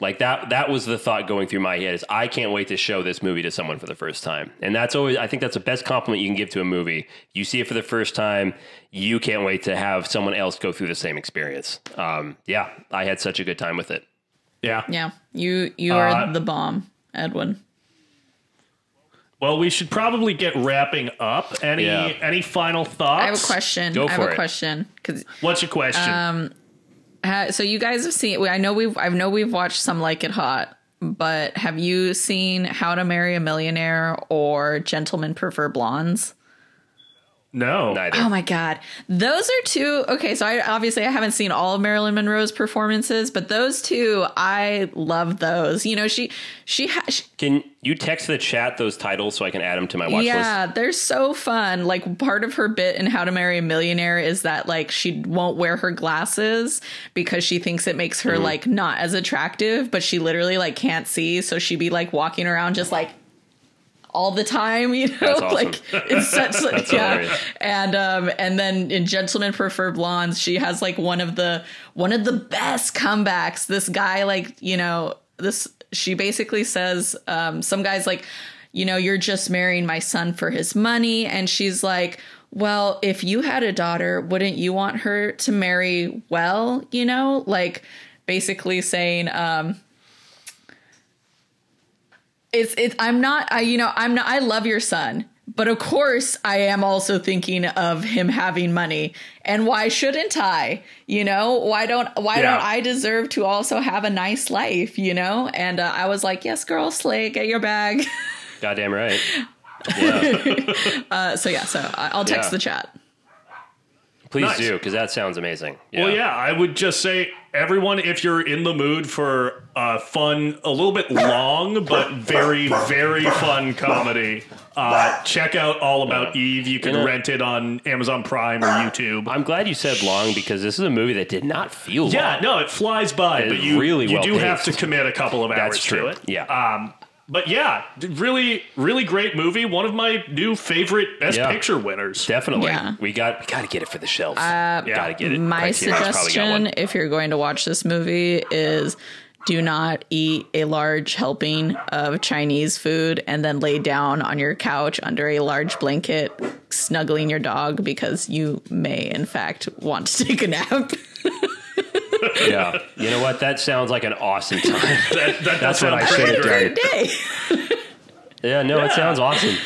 Like that that was the thought going through my head is I can't wait to show this movie to someone for the first time. And that's always I think that's the best compliment you can give to a movie. You see it for the first time, you can't wait to have someone else go through the same experience. Um, yeah, I had such a good time with it.
yeah.
yeah, you you
Uh,
are the bomb, Edwin.
Well, we should probably get wrapping up. Any
Yeah.
any final thoughts?
I have a question.
Go
I have
for
a
it.
question because
What's your question?
ha- so you guys have seen. I know we've I know we've watched some like it hot, but have you seen How to Marry a Millionaire or Gentlemen Prefer Blondes?
no,
Neither.
Oh my god, those are two. Okay, so I obviously I haven't seen all of Marilyn Monroe's performances, but those two, I love those. You know, she she, ha- she
Can you text the chat those titles so I can add them to my watch list?
yeah, they're so fun. Like part of her bit in How to Marry a Millionaire is that like she won't wear her glasses because she thinks it makes her
Mm-hmm.
like not as attractive, but she literally like can't see, so she'd be like walking around just like all the time, you know,
That's awesome.
like it's such like yeah.
hilarious.
And um and then in Gentlemen Prefer Blondes, she has like one of the one of the best comebacks. This guy like, you know, this she basically says um some guys like, you know, you're just marrying my son for his money and she's like well, if you had a daughter, wouldn't you want her to marry well? You know, like basically saying, um, it's it's I'm not I you know I'm not I love your son but of course I am also thinking of him having money and why shouldn't I you know why don't why
Yeah.
don't I deserve to also have a nice life you know and uh, I was like yes girl slay get your bag
Goddamn right. Yeah,
uh, so yeah so I- I'll text
Yeah.
the chat
Please
Nice.
do, because that sounds amazing.
Well, yeah, I would just say everyone, if you're in the mood for a fun, a little bit long, but very, very fun comedy, uh, check out All About Eve. You can
You know-
rent it on Amazon Prime or YouTube.
I'm glad you said long because this is a movie that did not feel
yeah,
long.
no, it flies by,
It
but
is
you
really
you
well
do have to
paced.
commit a couple of hours
That's true.
to it.
Yeah.
Um, but yeah, d- really, really great movie. One of my new favorite Best
Yeah.
Picture winners.
Definitely.
Yeah. Uh,
We got we got to get it for the shelves.
Yeah.
Got to get it.
My
Criterion's probably got
suggestion,
one.
if you're going to watch this movie, is do not eat a large helping of Chinese food and then lay down on your couch under a large blanket, snuggling your dog because you may, in fact, want to take a nap.
Yeah. You know what? That sounds like an awesome time.
That, that
That's what I
sounds
should
pretty
have
great.
done.
Day.
Yeah, no, it sounds awesome.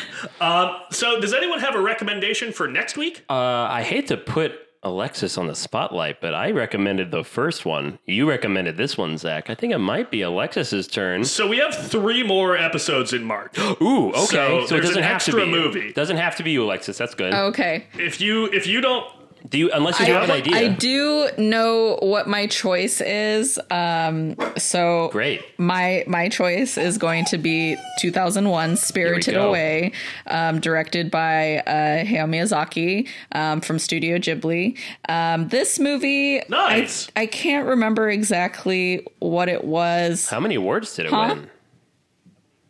So, does anyone have a recommendation for next week?
Uh, I hate to put Alexis on the spotlight, but I recommended the first one. You recommended this one, Zach. I think it might be Alexis's turn.
So we have three more episodes in March.
Ooh, okay.
So
So, it
there's
doesn't
an
have
extra
to be
movie.
You. Doesn't have to be you, Alexis. That's good.
Okay.
if you if you don't,
Do you? Unless you have an idea.
Oh. I do know what my choice is. Um, so
Great.
My my choice is going to be 2001: Spirited
go.
Away, um, directed by uh, Hayao Miyazaki um, from Studio Ghibli. Um, this movie,
Nice.
I, I can't remember exactly what it was.
How many awards did it
Huh?
win?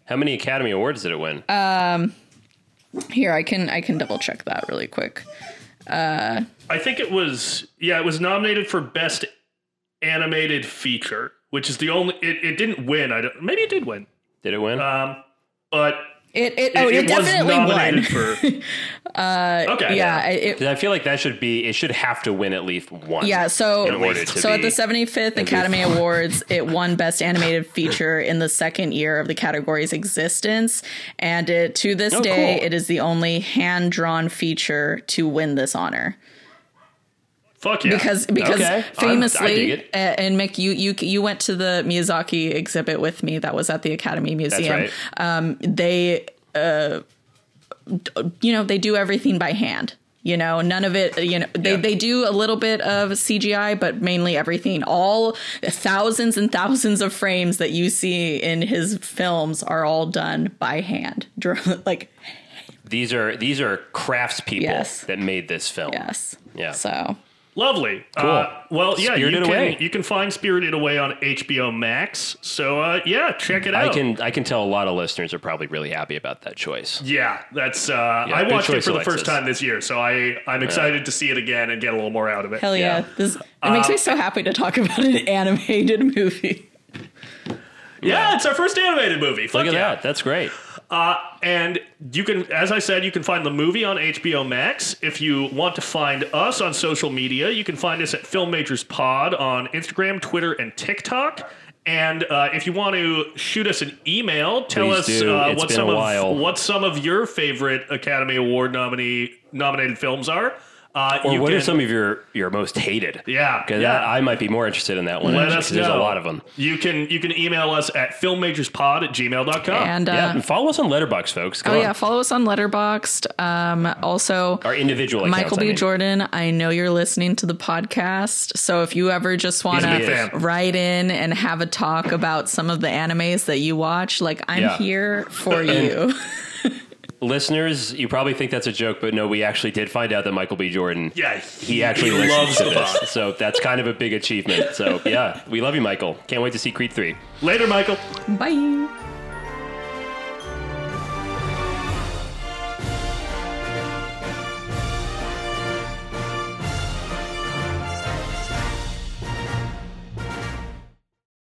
How many Academy Awards did it win?
Uh, Here, I can I can double check that really quick.
I think it was yeah, it was nominated for best animated feature, which is the only it, it didn't win. I don't, maybe it did win,
did it win?
uh, but
It it, oh it, definitely won.
for. uh, okay,
Yeah, it- it
'Cause I feel like that should be. It should have to win at least one.
Yeah,
in
so
order to
so at
be-
the 75th Academy Awards, it won Best Animated Feature in the second year of the category's existence, and it, to this
Oh,
day,
cool.
it is the only hand-drawn feature to win this honor.
Fuck yeah,
Because because
Okay. I'm- I dig
famously,
it.
a- and Mick, you you you went to the Miyazaki exhibit with me that was at the Academy
that's
Museum. Um,
right.
They, uh, d- you know, they do everything by hand. You know, none of it. You know, they
Yeah.
they do a little bit of CGI, but mainly everything. All thousands and thousands of frames that you see in his films are all done by hand, Dr- like
these are these are craftspeople
Yes.
that made this film.
yes,
Yeah.
So
lovely. Uh, well, yeah, you
Spirited
can
Away.
you can find Spirited Away on HBO Max. So uh, yeah, check it out.
I can I can tell a lot of listeners are probably really happy about that choice.
Yeah, that's. Uh, I
good
watched it
choice,
for the
Alexis.
first time this year, so I I'm excited to see it again and get a little more out of it.
hell yeah,
Yeah.
this it makes me so happy to talk about an animated movie.
Yeah, it's our first animated movie. Fuck
Look at
yeah.
that. That's great.
And you can, as I said, you can find the movie on HBO Max. If you want to find us on social media, you can find us at Film Majors Pod on Instagram, Twitter, and TikTok. And uh, if you want to shoot us an email, tell
Please
us
do.
uh,
It's
what
been
some
a while.
of what some of your favorite Academy Award nominee nominated films are. Uh,
Or
you
what are
can-
some of your your most hated?
Yeah,
because
yeah.
I might be more interested in that one.
Let
actually,
us
'cause There's a
know.
lot of them.
You can you can email us at filmmajorspod at gmail.com.
And uh,
yeah, and follow us on Letterboxd, folks. Come
oh
on.
yeah, follow us on Letterboxd. Um, also,
Our individual
Michael
accounts, I
B.
mean.
Jordan, I know you're listening to the podcast. So if you ever just
He's
want
a big
to
fan.
write in and have a talk about some of the animes that you watch, like I'm
Yeah.
here for you.
Listeners, you probably think that's a joke, but no, we actually did find out that Michael B. Jordan.
yeah,
He actually
loves
listens to
the pod.
this, so that's kind of a big achievement. So yeah, we love you, Michael. Can't wait to see Creed three.
Later, Michael.
Bye.